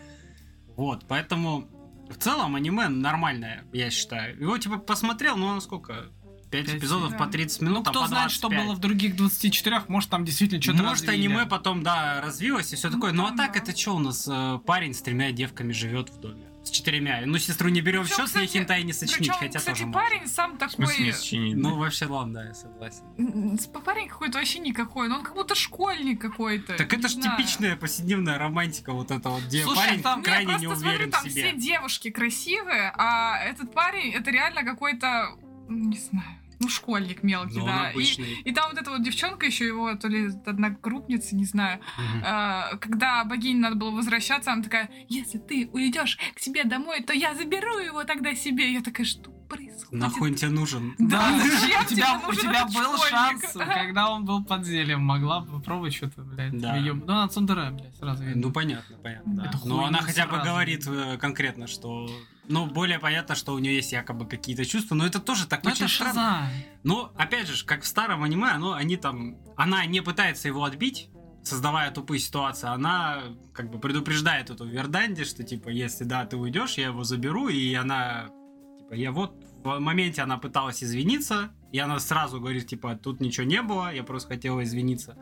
A: Вот, поэтому в целом аниме нормальное, я считаю. Его типа посмотрел, ну оно сколько? Пять
D: Пять,
A: эпизодов
B: да.
A: по 30
D: Ну,
A: минут, а
D: кто
A: по
D: знает, что
A: 25.
D: было в других 24, может, там действительно что-то
A: Может, аниме потом, да, развилось и все
B: Ну,
A: такое. Ну, а
B: там
A: так,
B: да.
A: это что у нас? э, Парень с тремя девками живет в доме. С четырьмя. Ну, сестру не берем в
B: Причём,
A: счет, с ней
B: кстати,
A: хентай не сочинить,
B: Причем,
A: хотя
B: кстати,
A: тоже можно.
B: парень сам
C: В
B: такой...
C: смысле, сочинить?
A: Ну, вообще, ладно, да, я согласен.
B: М, м, Парень какой-то вообще никакой, но он как будто школьник какой-то.
A: Так это
B: не
A: ж
B: знаю.
A: типичная повседневная романтика вот эта вот, где
D: Слушай,
A: парень
D: там-
B: Не,
A: крайне не
B: ну, просто смотрю,
A: уверен
B: там
A: в
B: все
A: себе.
B: девушки красивые, а этот парень, это реально какой-то, м, не знаю, ну, школьник мелкий,
A: Но он
B: да. И,
A: обычный.
B: и там вот эта вот девчонка еще его, то ли одногруппница, не знаю,
A: Мгм.
B: А, когда богине надо было возвращаться, она такая, если ты уйдешь к себе домой, то я заберу его тогда себе. Я такая, что происходит?
A: Нахуй он тебе нужен?
B: Да,
D: Да,
B: зачем
D: у тебя,
B: тебе
D: у
B: нужен
D: тебя
B: этот
D: был
B: школьник?
D: шанс, когда он был под зелем, могла бы попробовать что-то, блядь.
A: Да.
D: её- Ну, она Цундера, блядь, сразу видно.
A: Ну понятно, понятно. да.
B: Это
A: Но
D: хуйня
A: она хотя бы
D: сразу.
A: говорит э, конкретно, что... Ну, более понятно, что у нее есть якобы какие-то чувства, но это тоже так
D: Ну,
A: очень
D: это
A: странно.
D: шиза.
A: Но, опять же, ж, как в старом аниме, оно, они там... Она не пытается его отбить, создавая тупые ситуации, она как бы предупреждает эту Верданди, что типа, если да, ты уйдешь, я его заберу, и она... Типа, я вот в моменте она пыталась извиниться, и она сразу говорит, типа, тут ничего не было, я просто хотела извиниться.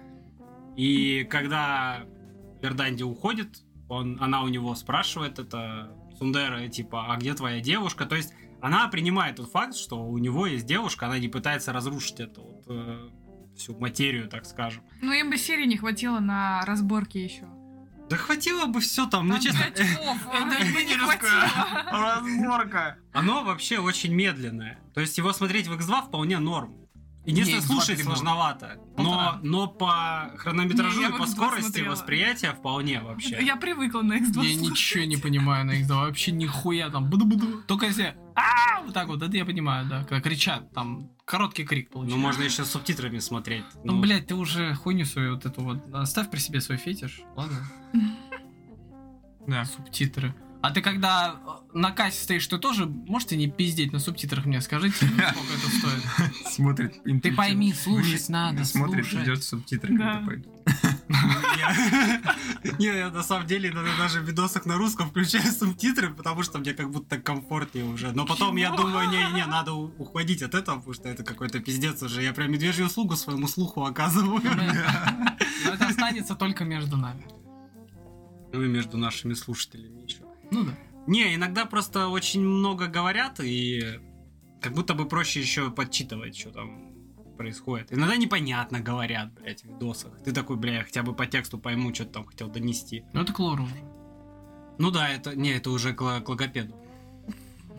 A: И когда Верданди уходит, он, она у него спрашивает это Сундера, типа, а где твоя девушка? То есть она принимает тот факт, что у него есть девушка, она не пытается разрушить эту вот, э, всю материю, так скажем.
B: Ну, им бы серии не хватило на разборки еще.
A: Да хватило бы все там, ну
B: Там
A: честно.
B: пять часов,
E: Это
B: э, не
E: лирическое.
B: хватило.
C: Разборка.
A: Оно вообще очень медленное. То есть его смотреть в X2 вполне норм. Единственное,
D: Не, X2
A: слушать
D: перебор.
A: сложновато. Но,
D: Полтора.
A: но по хронометражу
B: Не, я
A: и
B: в
A: по
B: X2
A: скорости
B: смотрела.
A: восприятия вполне вообще.
B: Я привыкла на X2
D: Я
B: слушать.
D: ничего не понимаю на X2, вообще нихуя там. Буду-буду. Только если... «А!» Вот так вот, это я понимаю, да. Когда кричат, там короткий крик
A: Ну,
D: получается.
A: можно еще с субтитрами смотреть.
D: Ну,
A: Ну,
D: блядь, ты уже хуйню свою вот эту вот... Оставь при себе свой фетиш, ладно?
C: Да.
D: Субтитры. А ты когда э, на кассе стоишь, ты тоже можете не пиздеть на субтитрах мне? Скажите, ну, сколько это стоит?
C: Смотрит
D: Ты
C: интуитивно.
D: пойми,
C: Вниз
D: слушать надо,
C: Смотрит,
D: слушать.
C: идет субтитры,
B: Да.
C: когда пойдут.
A: я- Не, я на самом деле иногда даже в видосах на русском включаю субтитры, потому что мне как будто комфортнее уже. Но потом я
B: Чего?
A: думаю, не-не-не, надо у- уходить от этого, потому что это какой-то пиздец уже. Я прям медвежью услугу своему слуху оказываю.
D: Но Ну, это останется только между нами.
A: Ну и между нашими слушателями еще.
D: Ну да.
A: Не, иногда просто очень много говорят, и как будто бы проще еще подчитывать, что там происходит. Иногда непонятно говорят, блядь, в видосах. Ты такой, бля, я хотя бы по тексту пойму, что ты там хотел донести.
D: Ну это к лору уже.
A: Ну да, это, не, это уже к, л- к логопеду.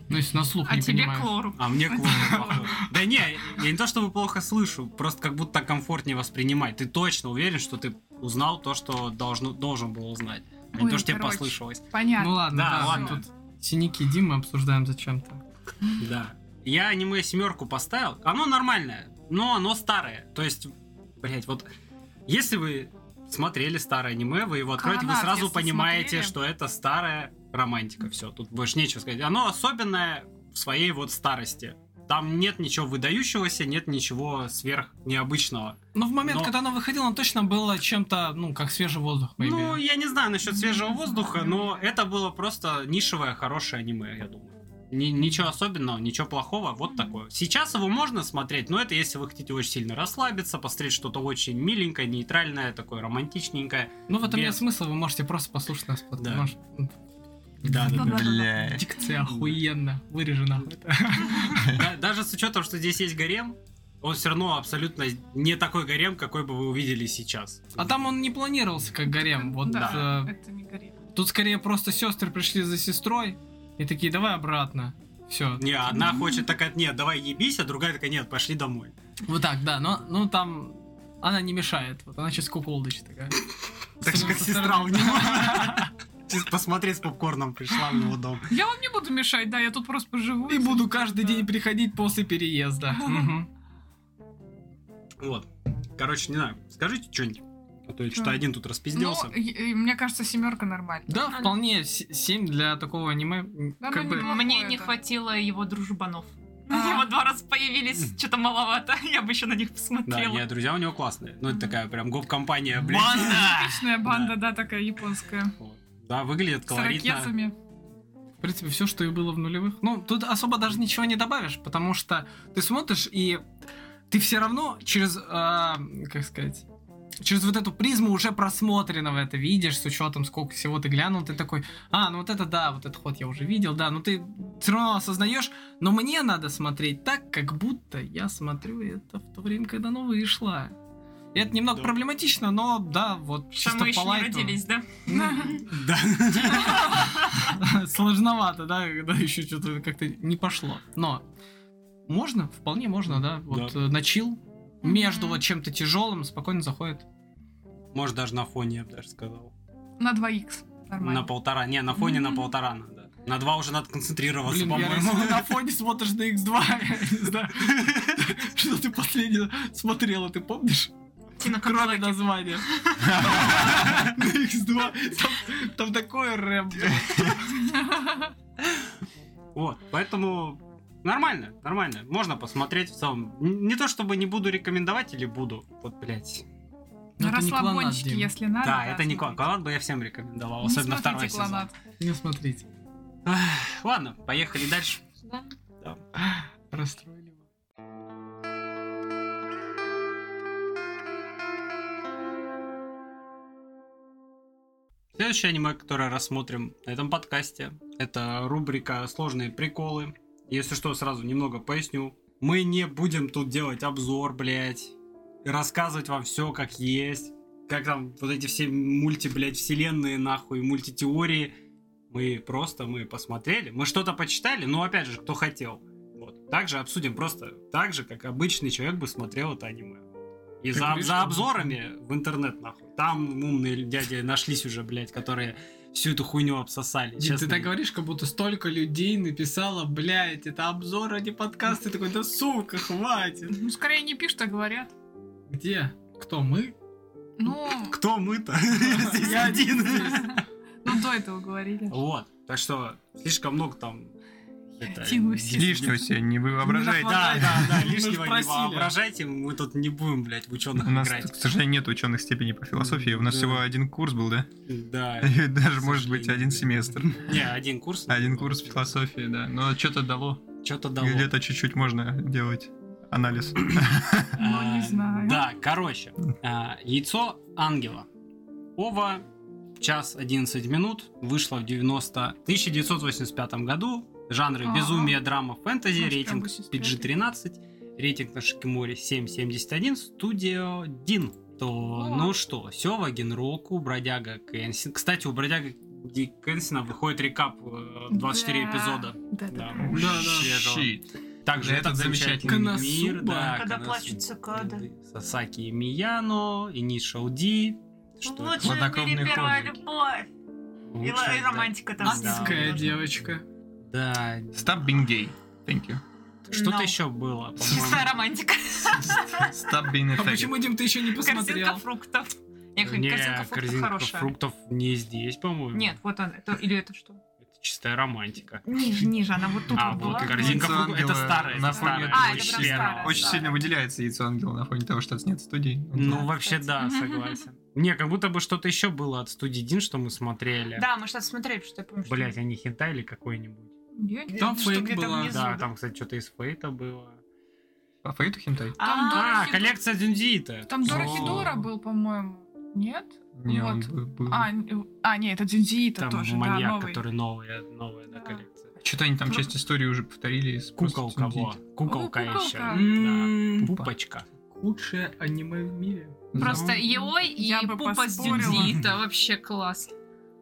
D: Ну если на слух
E: А
D: не
E: тебе к
D: понимаешь.
E: лору.
A: А мне к лору, похоже. Да не, я не то чтобы плохо слышу, просто как будто комфортнее воспринимать. Ты точно уверен, что ты узнал то, что должно, должен был узнать. А не
B: Ой,
A: то, что тебе
B: короче.
A: послышалось.
D: Ну
B: Понятно.
D: ладно,
A: Да,
D: да,
A: ладно.
D: тут синяки Димы обсуждаем зачем-то.
A: Да. Я аниме семерку поставил. Оно нормальное, но оно старое. То есть, блять, вот если вы смотрели старое аниме, вы его откроете, вы
B: Коронат,
A: сразу
B: если
A: понимаете,
B: смотрели.
A: что это старая романтика. Все, тут больше нечего сказать. Оно особенное в своей вот старости. Там нет ничего выдающегося, нет ничего сверх необычного.
D: Но в момент,
A: Но-
D: когда оно выходило, оно точно было чем-то, ну, как свежий воздух, maybe.
A: Ну, я не знаю насчет свежего воздуха, но это было просто нишевое, хорошее аниме, я думаю. Ни- ничего особенного, ничего плохого, вот такое. Сейчас его можно смотреть, но это если вы хотите очень сильно расслабиться, посмотреть что-то очень миленькое, нейтральное, такое романтичненькое.
D: Ну, в этом нет
A: без-
D: смысла, вы можете просто послушать нас. потому
A: Да.
D: что, м,
A: Да, да, Ну, да.
C: Блядь.
D: Дикция охуенно, вырежи нахуй. это.
A: Да- Даже с учетом, что здесь есть гарем, он все равно абсолютно не такой гарем, какой бы вы увидели сейчас.
D: А там он не планировался как гарем. Вот
B: Да,
D: э,
B: это не горит.
D: тут скорее просто сестры пришли за сестрой и такие, давай обратно. Все.
A: Не, одна хочет такая, нет, давай ебись, а другая такая, нет, пошли домой.
D: Вот так, да. Но, ну там она не мешает. Вот она сейчас куколдочь такая.
A: Так же, как
D: Со
A: сестра
D: стороны.
A: у него. Чисто посмотреть с попкорном пришла в него дом.
B: Я вам не буду мешать, да, я тут просто поживу.
D: И буду каждый день приходить после переезда. Мгм.
A: Вот. Короче, не знаю, скажите что-нибудь. А то я
B: Чё?
A: что-то один тут
B: Ну,
A: распизделся.
B: и- и мне кажется, семерка нормально.
D: Да, вполне 7 для такого аниме. м,
B: Да,
D: Как
B: ну,
D: бы...
B: неплохо.
E: Мне
B: это.
E: не хватило его дружбанов.
B: А.
E: Его два раза появились, что-то маловато. Я бы еще на них
A: Да,
E: посмотрела.
A: не, друзья у него классные. Ну, это такая прям гоп-компания, блин.
E: Банда!
B: Типичная банда, да, такая японская.
A: Вот. Да, выглядит
B: С
A: колоритно.
B: ракетами.
D: В принципе, все, что и было в нулевых. Ну, тут особо даже ничего не добавишь, потому что ты смотришь, и ты все равно через, а, как сказать, через вот эту призму уже просмотренного это видишь, с учетом сколько всего ты глянул, ты такой, а, ну вот это да, вот этот ход я уже видел, да, ну ты все равно осознаешь, но мне надо смотреть так, как будто я смотрю это в то время, когда оно вышло. И это немного
A: Да.
D: проблематично, но да, вот
E: Что
D: чисто
E: мы еще
D: по
E: не
D: лайту. Ну
E: родились, да?
A: Да.
D: Сложновато, да, когда еще что-то как-то не пошло. Но можно, вполне можно, да. Вот
A: Да.
D: э, на чил между
B: Мгм.
D: вот чем-то тяжелым спокойно заходит.
A: Может, даже на фоне, я бы даже сказал.
B: На 2х.
A: На
B: Нормально.
A: полтора. Не, на фоне на
B: М.
A: полтора надо. На два уже надо концентрироваться,
D: Блин, я
A: А, по-моему.
D: если ты на фоне смотришь на X2, я не знаю, что ты последнее смотрела, ты помнишь? Кроме
E: Кинокомплекте.
D: названия. На X2 там- там такое рэп.
A: Вот, поэтому нормально, нормально. Можно посмотреть в целом. Н- Не то чтобы не буду рекомендовать или буду. Вот, блядь.
D: Ну,
B: На
D: это не клонат,
B: расслабончике,
D: Дим.
B: если надо.
A: Да, это не
B: А, смотрите.
A: Клад бы я всем рекомендовал,
B: Не
A: особенно
B: смотрите
A: второй сезон.
B: «Клонат».
D: Не смотрите.
A: Ах, Ладно, поехали дальше.
D: Расстроили.
A: Следующее аниме, которое рассмотрим на этом подкасте, это рубрика «Сложные приколы». Если что, сразу немного поясню. Мы не будем тут делать обзор, блядь, и рассказывать вам все как есть. как там вот эти все мульти, блядь, вселенные, нахуй, мультитеории. Мы просто, мы посмотрели, мы что-то почитали, но опять же, кто хотел. Вот. Также обсудим просто так же, как обычный человек бы смотрел это аниме. И
D: Ты
A: за,
D: говоришь,
A: за
D: что
A: обзорами в интернет, нахуй. Там умные дяди нашлись уже, блядь, которые всю эту хуйню обсосали.
D: Дим,
A: честно.
D: ты так говоришь, как будто столько людей написало, блядь, это обзор ради подкаста. Ты такой, да сука, хватит.
B: Ну, скорее не пишут, а говорят.
D: Где? Кто мы?
B: Ну,
A: Кто мы-то? Здесь
D: Я
A: один.
B: ну до этого говорили.
A: Вот. Так что слишком много там. это,
B: тянулась.
A: дис-
C: Лишнего себе не воображайте.
A: Да, да, да,
D: Мы
A: лишнего
D: ж
A: не
D: просили.
A: воображайте, мы тут не будем, блядь, в ученых
C: У нас,
A: играть.
C: к сожалению, нет ученых степеней по философии. У нас
A: Да.
C: всего один курс был, да?
A: Да.
C: И
A: Э, к
C: даже, может быть, один
A: сожалению.
C: семестр.
A: Не, один курс.
C: Один курс философии, да. Но что-то дало.
A: Что-то дало.
C: Где-то чуть-чуть можно делать анализ.
B: Ну, не
A: А,
B: знаю.
A: Да, короче. а, Яйцо ангела. Ова. Час 11 минут. Вышла в 90... 1985 году. Жанры
B: Ага.
A: безумие, драма, фэнтези.
B: А. Значит,
A: Рейтинг
B: прям 85.
A: PG-13. Рейтинг на Шикиморе 7.71. Студия Дин. То,
B: О.
A: ну что, Сева Генроку, Бродяга Кэнсин. Кстати, у Бродяга Ди- Кэнсина выходит рекап э, 24
B: Да.
A: эпизода.
B: Да, да, да.
A: да.
C: Щит.
A: Также
C: Этот
A: этот замечательный
D: замечательный
A: мир,
D: Коносуба.
A: да,
E: Когда
A: Коносуба.
E: плачут цикады.
A: Сасаки и Мияно, и Нишел Ди. Что это?
E: Лучшая в мире
C: Хладнокровные
E: первая
C: хроники.
E: любовь. И,
A: Лучше,
E: ла- и
A: да.
E: романтика там.
D: Адская
A: Да.
D: девочка.
A: Да.
C: Stop being gay. Thank you.
A: Что-то
E: No.
A: еще было,
E: Чистая
A: по-моему.
E: романтика.
C: Stop being a
D: А
C: faggot.
D: почему, Дим, ты еще не
E: Корзинка
D: посмотрел?
E: фруктов.
A: Не,
E: Не, корзинка фруктов
A: корзинка
E: хорошая.
A: фруктов не здесь, по-моему.
E: Нет, вот он. это- Или это что?
A: Это чистая романтика.
E: Ниже, ниже, она вот тут
A: А,
E: вот
A: вот
E: была.
A: и корзинка
C: Яйцо
A: фруктов. Это
C: ангела
A: старая.
C: на
A: это
C: фоне
A: старая,
E: этого А, это
A: очень
E: прям
A: первая.
E: старая.
C: Очень
E: Да.
C: сильно выделяется яйцо ангела на фоне того, что это нет студий.
A: Ну,
E: Да,
A: вообще,
E: кстати.
A: да, согласен. Не, как будто бы что-то еще было от студии Дин, что мы смотрели.
E: Да, мы что-то смотрели, что я помню. что-
A: Блять, они хентай или какой-нибудь.
B: Я не-
D: Там
E: Что
D: фейк
E: где-то
D: была,
E: внизу,
A: Да, там, кстати, что-то из фейта было.
C: По фейту хентай?
B: Там
E: А,
A: А,
B: Дорохи-
A: коллекция Дзюнзиита.
B: Там
D: О.
B: Дорохидора был, по-моему. Нет?
C: Не, он
B: Вот.
C: бы- был.
B: А, н- а нет, это Дзюнзиита
A: Там
B: тоже, да,
A: маньяк,
B: новый.
A: который новая, новая да, коллекция.
C: Что-то они там часть истории уже повторили. из
A: Кукол
C: просто
A: кого?
C: Дзюнзиита.
A: Куколка
B: Ой, куколка.
A: еще.
D: М,
A: Пупочка.
D: Лучшее М-м-м. аниме в мире.
C: Ну,
E: Просто Еой
B: Я
E: и
B: бы
E: Пупа с
B: поспорила.
E: Дюнзи. Это вообще класс.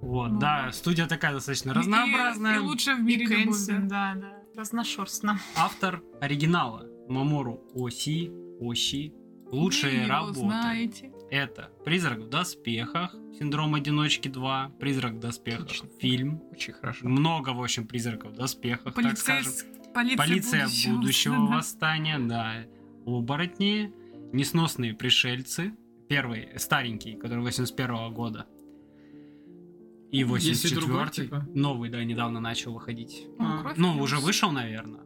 A: Вот,
B: Ну.
A: да, студия такая достаточно
B: И,
A: разнообразная.
B: и лучшее в
E: И
B: мире любовь,
E: Кэнсин,
B: да.
E: да, да. Разношерстно.
A: Автор оригинала Мамору Оси, Оси.
B: Вы
A: Лучшие
B: его
A: работы.
B: знаете.
A: Это «Призрак в доспехах», «Синдром одиночки 2», «Призрак в доспехах»,
C: Отлично.
A: фильм.
C: Очень хорошо.
A: Много, в общем, «Призраков в доспехах», так скажем.
B: Полицейс... Полиция,
A: Полиция будущего,
B: да.
A: восстания, да. Оборотни, несносные пришельцы. Первый, старенький, который 81 года. И
D: Есть и
A: 84
D: другой, типа?
A: Новый, да, недавно начал выходить.
D: А,
B: Ну, кровь
A: Ну,
B: плюс.
A: уже вышел, наверное.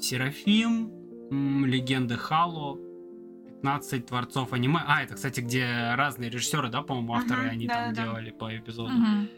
A: Серафим, м, Легенды Хало, 15 творцов аниме. А, это, кстати, где разные режиссеры, да, по-моему, авторы,
E: Мгм,
A: они там
E: да-да-да.
A: делали по эпизоду.
B: Мгм.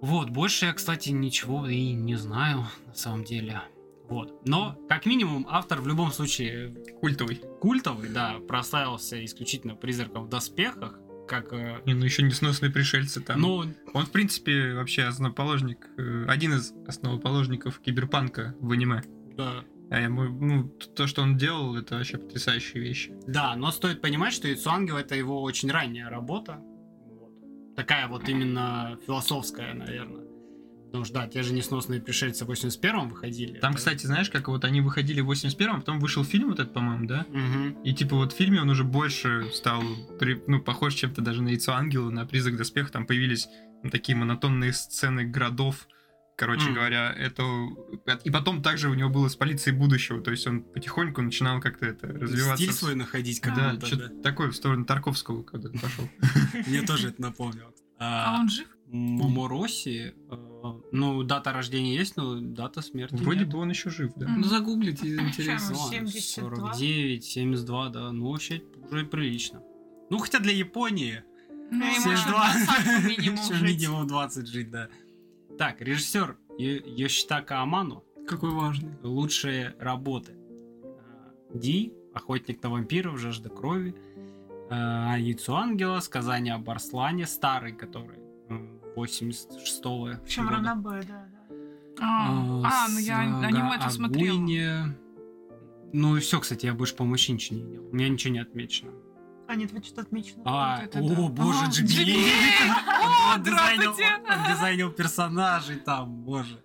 A: Вот, больше я, кстати, ничего и не знаю, на самом деле. Вот. Но, как минимум, автор в любом случае
C: Культовый.
A: культовый, да, прославился исключительно призраком в доспехах, как... э,
C: Не, ну еще несносные пришельцы там.
A: Ну,
C: Он, в принципе, вообще основоположник, э, один из основоположников киберпанка в аниме.
A: да.
C: А я мо- ну, т- то, что он делал, это вообще потрясающие вещи.
A: Да, но стоит понимать, что «Яйцо ангела» — это его очень ранняя работа. Вот. Такая вот именно философская, наверное. Потому что, да, те же «Несносные пришельцы» в 81-м выходили.
C: Там,
A: Это-
C: кстати, знаешь, как вот они выходили в 81-м, потом вышел фильм вот этот, по-моему, да?
A: Мгм.
C: И типа вот в фильме он уже больше стал, при- ну, похож чем-то даже на яйцо ангела, на призрак доспех. Там появились ну, такие монотонные сцены городов. Короче
A: Мгм.
C: говоря, это... И потом также у него было с полицией будущего. То есть он потихоньку начинал как-то это развиваться.
A: Стиль
C: в-
A: свой находить как
C: Да,
A: будто,
C: что-то такое в сторону Тарковского когда пошел.
A: да. Мне тоже это напомнило.
B: А он жив?
A: Момороси. э, Ну, дата рождения есть, но дата смерти
C: Вроде
A: нет.
C: бы он еще жив, да.
D: Ну загуглите, интересно.
E: Ему
A: Ладно,
E: 72.
A: 49, 72, да. Ну, вообще уже прилично. Ну, хотя для Японии.
B: Ну,
E: Ему
A: 72.
E: еще двадцатку минимум
A: Еще
E: жить.
A: минимум 20 жить, да. Так, режиссер Ё- Йошитака Аману.
D: Какой важный.
A: Лучшие работы. А, Ди, Охотник на вампиров, Жажда крови. а, Яйцо ангела, Сказание об Арслане, старый, который м, 86-го.
E: Причем
A: года.
E: Ранабе, да, да.
B: А, а, ну я
A: Сага
B: аниме это
A: о
B: смотрела.
A: Гуине. Ну и все, кстати, я больше, по-моему, вообще ничего не видел. У меня ничего не отмечено.
E: А А, нет, вот что-то отмечено.
A: А,
E: Вот это да.
A: о, боже,
E: А,
A: GBA!
E: О,
A: Он дизайнил-
E: здравствуйте!
A: Он дизайнил персонажей там, боже.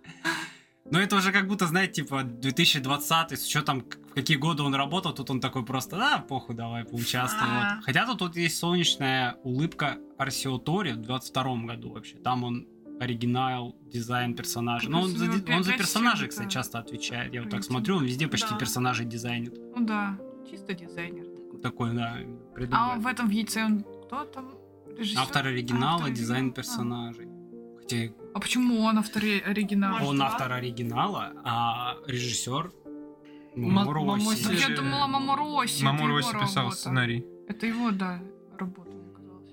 A: Но это уже как будто, знаете, типа 2020, с учетом, к- в какие годы он работал, тут он такой просто, а, похуй, давай, поучаствуй.
E: А.
A: Вот. Хотя тут, тут есть солнечная улыбка Арсио Тори в 22 году вообще. Там он оригинал, дизайн персонажа. Ну, он за,
B: Кажется,
A: ди-
B: у него
A: он за
B: опять
A: персонажей,
B: чем-то
A: кстати, часто отвечает. Я вот так
B: поинтересно.
A: смотрю, он везде почти
E: Да.
A: персонажей дизайнит.
B: Ну да, чисто дизайнер.
A: Такой, да,
B: А он
A: придумывает.
B: в этом в яйце он кто там? Режиссер?
A: Автор оригинала,
B: Автор
A: дизайн
B: оригинала.
A: персонажей. Хотя
B: А почему он автор и- оригинала?
E: Может,
A: Он
E: да?
A: автор оригинала, а режиссер
D: Ма-
A: Мамору
D: Мамоси.
A: Оси.
B: Так Я думала, Мамору Оси. это
C: Мамору
B: его
C: Оси писал
B: работа.
C: сценарий.
B: Это его, да, работа, мне казалось.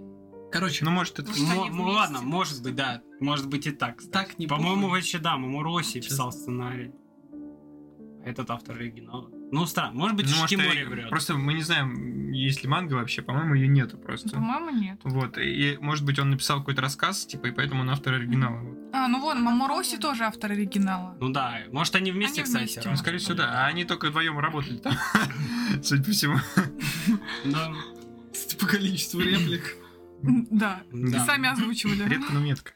C: Короче, ну может это...
E: Может, они
A: Мо- ну
E: вместе?
A: Ладно, может быть, да. Может быть и так. кстати.
D: Так не
A: По-моему,
D: похуй.
A: вообще, да, Мамору Оси
D: Честно.
A: писал сценарий. Этот автор оригинала. Ну, странно. Может быть,
C: ну, может,
A: Шикимори
C: и-
A: врет.
C: Просто мы не знаем, есть ли манга вообще, по-моему, ее нету просто.
B: По-моему, нет.
C: Вот, и может быть он написал какой-то рассказ, типа, и поэтому он автор оригинала. Вот.
B: А, ну вон, Мамору Оси тоже автор оригинала.
A: Ну да, может они вместе,
B: Они
A: кстати.
B: вместе,
A: раз-
C: Ну, скорее всего, да. А они только вдвоем работали там, судя по всему. Ну,
A: Да,
D: По количеству реплик.
B: М, Да.
C: ну,
B: И
A: да.
B: сами озвучивали.
C: Редко, но метко.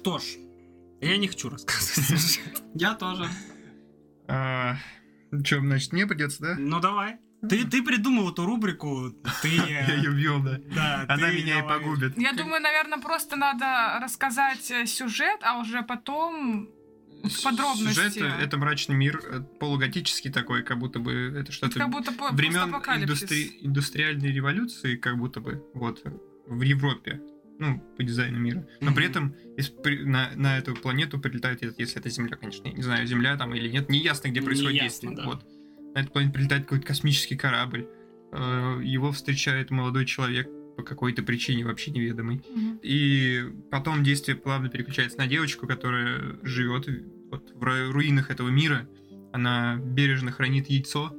A: Что ж, я не хочу рассказывать.
D: Я тоже.
C: А, ну чё, значит, мне придется, да?
A: Ну давай. Ты, ты придумал эту рубрику, ты...
C: Я
A: э,
C: ее ввел, да.
A: Да,
C: Она
A: А ты
C: меня и
A: давай.
C: погубит.
B: Я думаю, наверное, просто надо рассказать э, сюжет, а уже потом в подробности.
C: Сюжет — это мрачный мир, э, полуготический такой, как будто бы это
B: Это как
C: что-то
B: будто по-
C: времен
B: постапокалипсис.
C: индустри- индустриальной революции, как будто бы, вот, в Европе, ну, по дизайну мира. Но при
A: Мгм.
C: этом из- при- на, на эту планету прилетает, э, если это Земля, конечно, я не знаю, Земля там или нет, неясно, где происходит
A: Неясно,
C: действие.
A: да.
C: Вот. На эту планету прилетает какой-то космический корабль, Э, его встречает молодой человек по какой-то причине вообще неведомой.
B: Мгм.
C: И потом действие плавно переключается на девочку, которая живет вот в ру- руинах этого мира. Она бережно хранит яйцо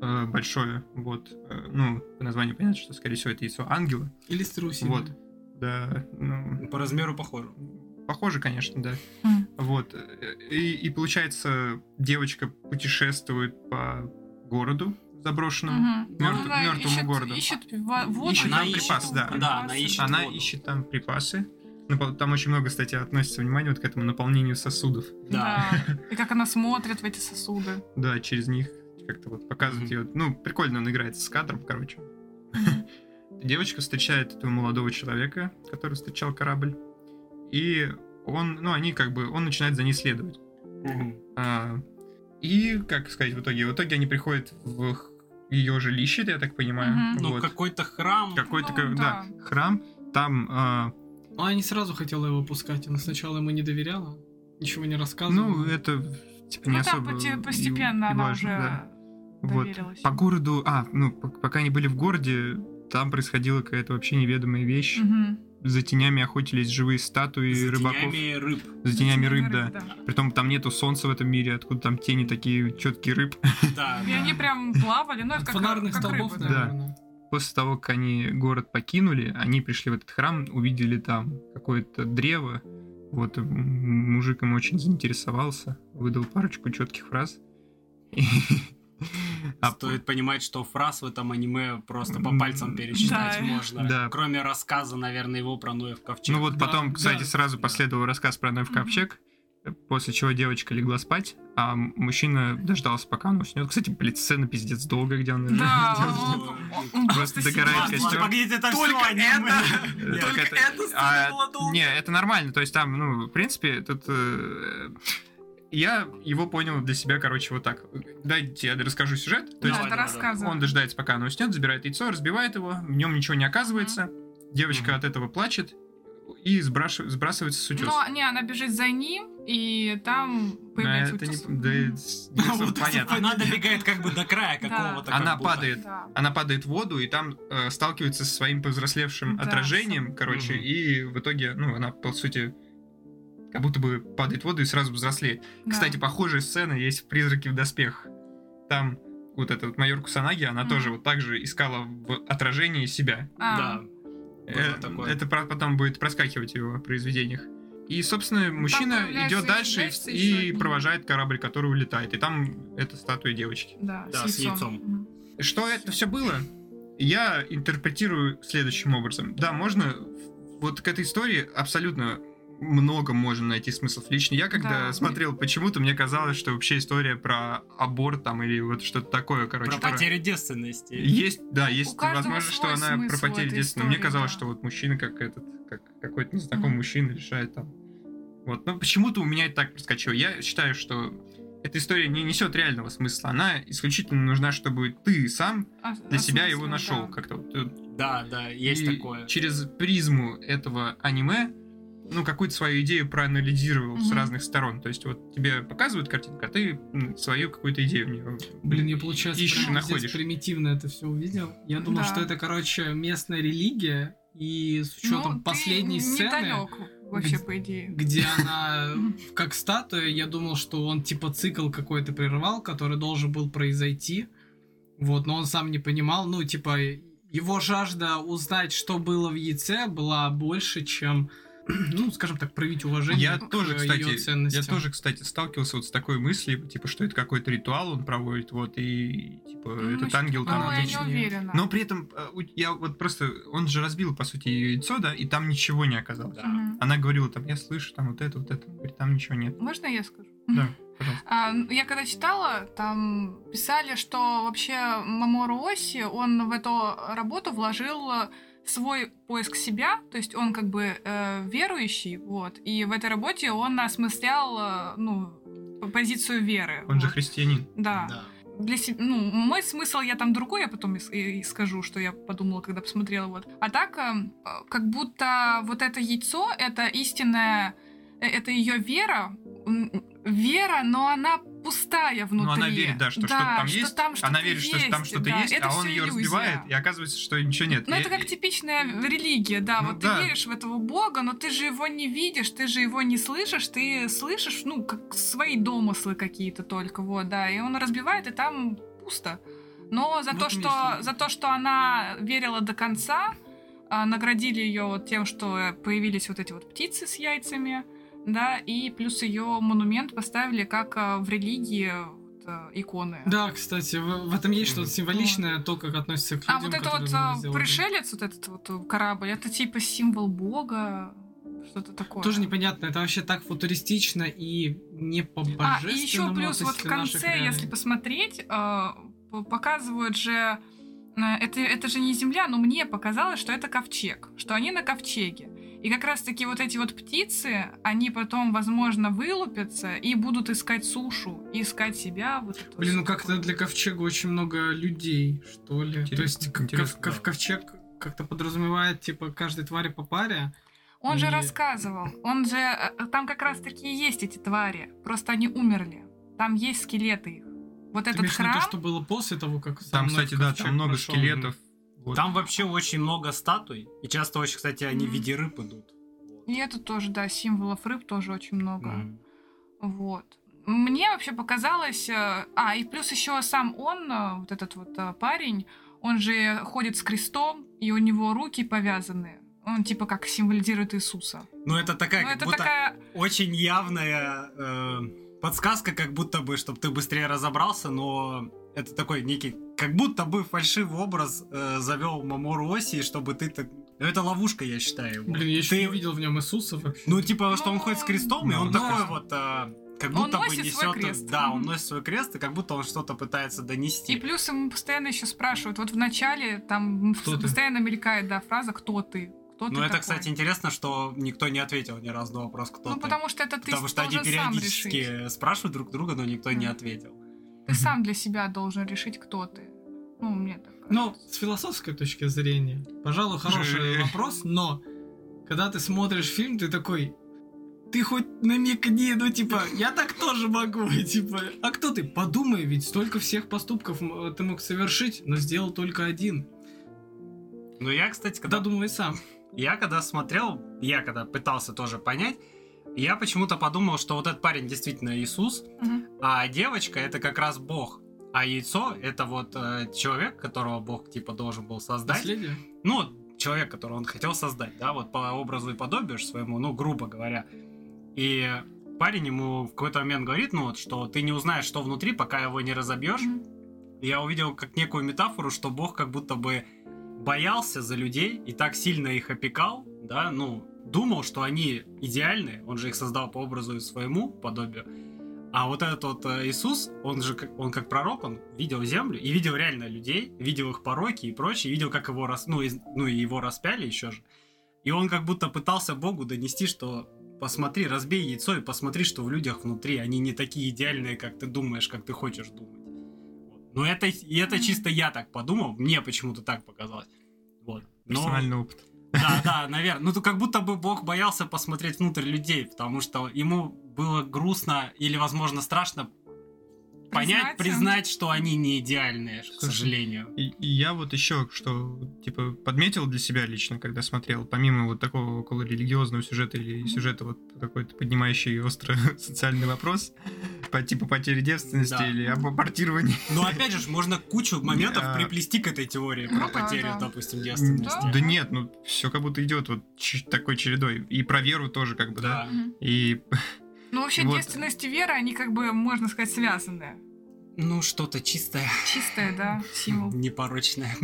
C: э, большое, вот, э, ну, по названию понятно, что, скорее всего, это яйцо ангела.
D: Или струсили.
C: Вот. Да, ну,
A: По размеру похоже.
C: похоже, конечно, да.
B: Мгм.
C: Вот. э, И, и получается, девочка путешествует по городу
B: ну,
C: заброшенному.
B: Мгм.
C: мёртв-
B: Она
C: мёртвому
B: ищет-
C: городу.
B: Ищет во- воду.
C: Ну, Ищет
A: Она
C: там
A: ищет-
C: припасы, да.
A: да, она
B: припасы.
A: ищет
C: Она
A: воду.
C: ищет там припасы. Напол- Там очень много, кстати, относится внимание вот к этому наполнению сосудов.
A: Да.
B: Да. И как она смотрит в эти сосуды.
C: Да, через них как-то вот показывают
A: Мгм.
C: ее. Ну, прикольно он играет с кадром, короче. Девочка встречает этого молодого человека, который встречал корабль. И он, ну, они как бы, он начинает за ней следовать.
A: Мгм.
C: А, и, как сказать, в итоге? В итоге они приходят в ее жилище, я так понимаю.
B: Мгм.
A: Ну,
C: вот.
A: какой-то храм.
C: Какой-то,
B: Ну,
C: как- да. храм. Там а,
D: Ну, Она не сразу хотела его пускать, она сначала ему не доверяла, ничего не рассказывала.
C: Ну, это типа не
B: Ну там
C: особо
B: поте-
C: и-
B: постепенно
C: и
B: она
C: важно,
B: уже
C: да. Вот.
B: доверилась.
C: По городу, а, ну, п- пока они были в городе, там происходила какая-то вообще неведомая вещь.
B: Мгм.
C: За тенями охотились живые статуи
A: За
C: рыбаков.
A: тенями рыб.
C: За тенями рыб, да.
B: да.
C: Притом там нету солнца в этом мире, откуда там тени такие четкие рыб.
A: Да,
B: И они
A: да.
B: прям плавали, ну это
D: От
B: как,
D: фонарных
B: как
D: столбов,
B: рыба, да.
D: наверное.
C: После того, как они город покинули, они пришли в этот храм, увидели там какое-то древо. Вот м, мужик им очень заинтересовался, выдал парочку четких фраз. А
A: Стоит понимать, что фраз в этом аниме просто по
C: М,
A: пальцам пересчитать
B: да.
A: можно.
C: Да.
A: Кроме рассказа, наверное, его про Ноев ковчег.
C: Ну вот
D: Да,
C: потом,
D: да,
C: кстати, сразу
D: да.
C: последовал рассказ про Ноев
B: Мгм.
C: ковчег, после чего девочка легла спать, а м- мужчина дождался, пока он уснет. Кстати, блядь, сцена пиздец долго, где он...
B: Да, ну,
C: лежит.
B: он-
A: дело.
B: он- он
C: Просто
B: сидит.
C: догорает
A: Ладно,
C: костер.
A: погодите, это
E: Только
A: всё аниме.
E: это!
A: Я-
C: Так
E: Только
C: это-
E: эта сцена
C: а,
E: была долго.
C: Не, это нормально, то есть там, ну, в принципе, тут... э, Я его понял для себя, короче, вот так. Дайте я расскажу сюжет.
B: Да,
C: То
A: Давай,
C: есть
B: это
A: давай,
B: рассказывай.
C: он дожидается, пока она уснет, забирает яйцо, разбивает его, в нем ничего не оказывается, девочка
A: Мгм.
C: от этого плачет и сбраш- сбрасывается с утеса.
B: Но не, она бежит за ним, и там появляется
C: Да, это
B: утес.
C: не- да, с- да,
D: Вот
C: Ну всё
D: это
C: понятно.
A: Она добегает как бы до края
B: Да.
A: какого-то. как
C: Она
A: будто.
C: падает.
B: Да.
C: Она падает в воду и там э, сталкивается со своим повзрослевшим
B: Да,
C: отражением, короче,
A: Мгм.
C: и в итоге, ну, она, по сути, как будто бы падает в воду и сразу взрослеет.
B: да.
C: Кстати, похожая сцена есть в «Призраке в доспех». Там вот эта вот майор Кусанаги, она
B: Мгм.
C: тоже вот так же искала в отражении себя.
B: А,
A: Да.
C: Э,
A: такое.
C: Это про- потом будет проскакивать в его произведениях. И, собственно, мужчина
B: появляются
C: идет
B: и
C: дальше
B: яйца
C: и,
B: еще
C: и
B: одни.
C: провожает корабль, который улетает. И там это статуя девочки.
B: Да,
A: Да, с яйцом.
B: Мгм.
C: Что это все было? Я интерпретирую следующим образом. Да, можно в- вот к этой истории абсолютно много можно найти смыслов лично. Я когда
B: Да.
C: смотрел, почему-то мне казалось, что вообще история про аборт там или вот что-то такое, короче.
A: Про потерю девственности.
C: Есть, да, есть
B: каждого
C: возможность,
B: свой
C: что она про
B: смысл
C: потерю
B: этой
C: детства. Но мне
B: истории,
C: казалось,
B: да.
C: что вот мужчина, как этот, как какой-то незнакомый
B: Мгм.
C: мужчина решает там. Вот, но почему-то у меня это так проскочило. Я считаю, что эта история не несет реального смысла. Она исключительно нужна, чтобы ты сам
B: А-
C: для себя его
B: осмысленно,
C: нашел
B: да. Ну,
C: как-то. вот, э,
A: Да, да, есть
C: и
A: такое.
C: Через призму этого аниме, ну, какую-то свою идею проанализировал с
B: Мгм.
C: разных сторон. То есть вот тебе показывают картинку, а ты м, свою какую-то идею в нее.
D: Блин, я, получается,
C: ищешь,
D: прям пиздец
C: находишь.
D: примитивно это все увидел. Я думал,
B: Да.
D: что это, короче, местная религия, и с
B: Ну,
D: учетом
B: ты
D: последней сцены,
B: недалек вообще,
D: где-
B: по идее.
D: где она э, как статуя, я думал, что он типа цикл какой-то прервал, который должен был произойти. Вот, но он сам не понимал. Ну, типа, его жажда узнать, что было в яйце, была больше, чем, ну, скажем так, проявить уважение
C: Я
D: к
C: тоже,
D: э,
C: кстати,
D: ее ценностям.
C: я тоже, кстати, сталкивался вот с такой мыслью, типа, что это какой-то ритуал он проводит, вот, и, типа,
B: Ну,
C: этот
B: что-
C: ангел там...
B: Ну, я не
D: обычно-
B: уверена.
C: Но при этом, э, у- я вот просто, он же разбил, по сути, её яйцо, да, и там ничего не оказалось.
A: Да.
B: Мгм.
C: Она говорила, там, я слышу, там, вот это, вот это, Он говорит, там ничего нет.
B: Можно я скажу?
C: Да, пожалуйста.
B: А, ну, я когда читала, там писали, что вообще Мамору Оси, он в эту работу вложил э, свой поиск себя, то есть он как бы э, верующий, вот, и в этой работе он осмыслял, э, ну, позицию веры.
C: Он же
B: вот.
C: христианин.
B: Да.
A: Да.
B: Для се- Ну, мой смысл я там другой, я потом и, с- и- и скажу, что я подумала, когда посмотрела вот. А так, эм, э, как будто вот это яйцо, это истинная, э, это ее вера, м, вера, но она пустая внутри.
C: Ну, она верит, да, что что-то там
B: что
C: есть.
B: там
C: Она
B: что-то
C: верит, что там что-то
B: да,
C: есть,
B: это
C: а он
B: всё
C: ее
B: иллюзия.
C: разбивает, и оказывается, что ничего нет.
B: Ну,
C: Я-
B: это как типичная религия, да.
C: Ну,
B: вот
C: да.
B: ты веришь в этого бога, но ты же его не видишь, ты же его не слышишь, ты слышишь, ну, как свои домыслы какие-то только, вот, да. И он разбивает, и там пусто. Но за,
D: Вот
C: Ну,
B: то, что,
D: мне что-
B: за то, что она верила до конца, а, наградили ее вот тем, что э, появились вот эти вот птицы с яйцами, да, и плюс ее монумент поставили как а, в религии вот, э, иконы.
D: Да, кстати, в, в этом есть что-то
C: Вот.
D: символичное, то, как относится к людям,
B: А вот это
D: которые
B: вот
D: это
B: а,
D: сделали.
B: пришелец, вот этот вот э, корабль, это типа символ бога, что-то такое.
D: Тоже непонятно, это вообще так футуристично и не по
B: А, и
D: божественному
B: еще плюс вот в
D: относительно наших
B: конце,
D: реалий.
B: если посмотреть, э, п- показывают же... э, Это, это же не земля, но мне показалось, что это ковчег, что они на ковчеге. И как раз-таки вот эти вот птицы, они потом, возможно, вылупятся и будут искать сушу, и искать себя. Вот это
D: Блин,
B: всё
D: ну как-то
B: такое.
D: для ковчега очень много людей, что ли.
C: Интересно,
D: То есть ков-
C: интересно,
D: ков-
C: да.
D: ковчег как-то подразумевает, типа, каждой твари по паре.
B: Он же
D: И-
B: рассказывал, он же... э, Там как раз-таки и есть эти твари, просто они умерли. Там есть скелеты их. Вот
D: Ты
B: этот
D: имеешь в виду
B: храм...
D: то, что было после того, как со
C: Там,
D: мной в
C: кстати, да,
D: ковчег
C: там много
D: пошел.
C: скелетов. Вот.
A: Там вообще очень много статуй. И часто очень, кстати, они в
B: Мгм.
A: виде рыб идут.
B: И это тоже, да, символов рыб тоже очень много.
A: Мгм.
B: Вот. Мне вообще показалось... э, А, и плюс еще сам он, э, вот этот вот э, парень, он же ходит с крестом, и у него руки повязаны. Он типа как символизирует Иисуса.
A: Ну, это такая,
B: ну,
A: как
B: это
A: будто
B: такая...
A: очень явная э, подсказка, как будто бы, чтобы ты быстрее разобрался, но это такой некий, как будто бы фальшивый образ э, завел Мамору Оси, чтобы ты так... Ну, это ловушка, я считаю. его.
D: Блин, я еще
A: Ты-
D: не видел в нем Иисуса вообще.
A: Ну, типа, что он ходит с крестом, и
C: Ну,
A: он
C: да.
A: такой вот... э, как
B: Он
A: будто бы
B: носит
A: несет...
B: свой крест.
A: Да, он
B: Мгм. Типа,
A: носит свой крест, и как будто он что-то пытается донести.
B: И плюс ему постоянно еще спрашивают. Вот в начале там
C: Кто ты?
B: постоянно мелькает, да, фраза «Кто ты?» Кто ты
A: Ну, это,
B: такой?»
A: кстати, интересно, что никто не ответил ни разу на вопрос, кто
B: Ну,
A: ты.
B: потому что это ты
A: Потому что они
B: должен сам решить.
A: периодически спрашивают друг друга, но никто не
B: Мгм.
A: ответил.
B: Ты сам для себя должен решить, кто ты. Ну, мне так кажется.
D: Ну, с философской точки зрения, пожалуй, хороший
C: Жи.
D: вопрос, но когда ты смотришь фильм, ты такой, ты хоть намекни, ну типа, я так тоже могу, типа. А кто ты? Подумай, ведь столько всех поступков м, ты мог совершить, но сделал только один.
A: Но Ну, я, кстати, когда
D: Когда думай сам.
A: Я когда смотрел, я когда пытался тоже понять, я почему-то подумал, что вот этот парень действительно Иисус,
B: Мгм.
A: а девочка это как раз Бог. А яйцо это вот э, человек, которого Бог типа должен был создать.
D: Наследие.
A: Ну, человек, которого он хотел создать, да, вот по образу и подобию ж своему, ну, грубо говоря. И парень ему в какой-то момент говорит, ну вот, что ты не узнаешь, что внутри, пока его не разобьешь. Я увидел как некую метафору, что Бог как будто бы боялся за людей и так сильно их опекал, да, ну, думал, что они идеальны, он же их создал по образу и своему подобию. А вот этот вот э, Иисус, он же, как- он как пророк, он видел землю и видел реально людей, видел их пороки и прочее, видел, как его, рас... ну, из- ну, и его распяли еще же. И он как будто пытался Богу донести, что посмотри, разбей яйцо и посмотри, что в людях внутри, они не такие идеальные, как ты думаешь, как ты хочешь думать. Вот. Но это, и это
B: Мгм.
A: чисто я так подумал, мне почему-то так показалось. Вот. Но-
C: Персональный опыт.
A: да, да, наверное. Ну, то как будто бы Бог боялся посмотреть внутрь людей, потому что ему было грустно или, возможно, страшно понять,
B: Признаться.
A: признать, что они не идеальные, к
C: Слушай,
A: сожалению.
C: И, и я вот еще что, типа, подметил для себя лично, когда смотрел, помимо вот такого около религиозного сюжета или сюжета вот какой-то поднимающий остро социальный вопрос, по типу потери девственности
A: Да.
C: или об абортировании.
A: Но опять же, ж, можно кучу моментов
C: Да.
A: приплести к этой теории про
B: Ну да,
A: потерю,
B: да.
A: допустим,
B: Да.
A: девственности.
C: Да нет, ну все как будто идет вот ч- такой чередой. И про веру тоже как бы, да.
A: Да.
B: Мгм.
C: И
B: Ну, вообще,
C: Вот.
B: девственность и вера, они как бы, можно сказать, связаны.
A: Ну, что-то чистое,
B: Чистая, да, символ.
A: непорочное.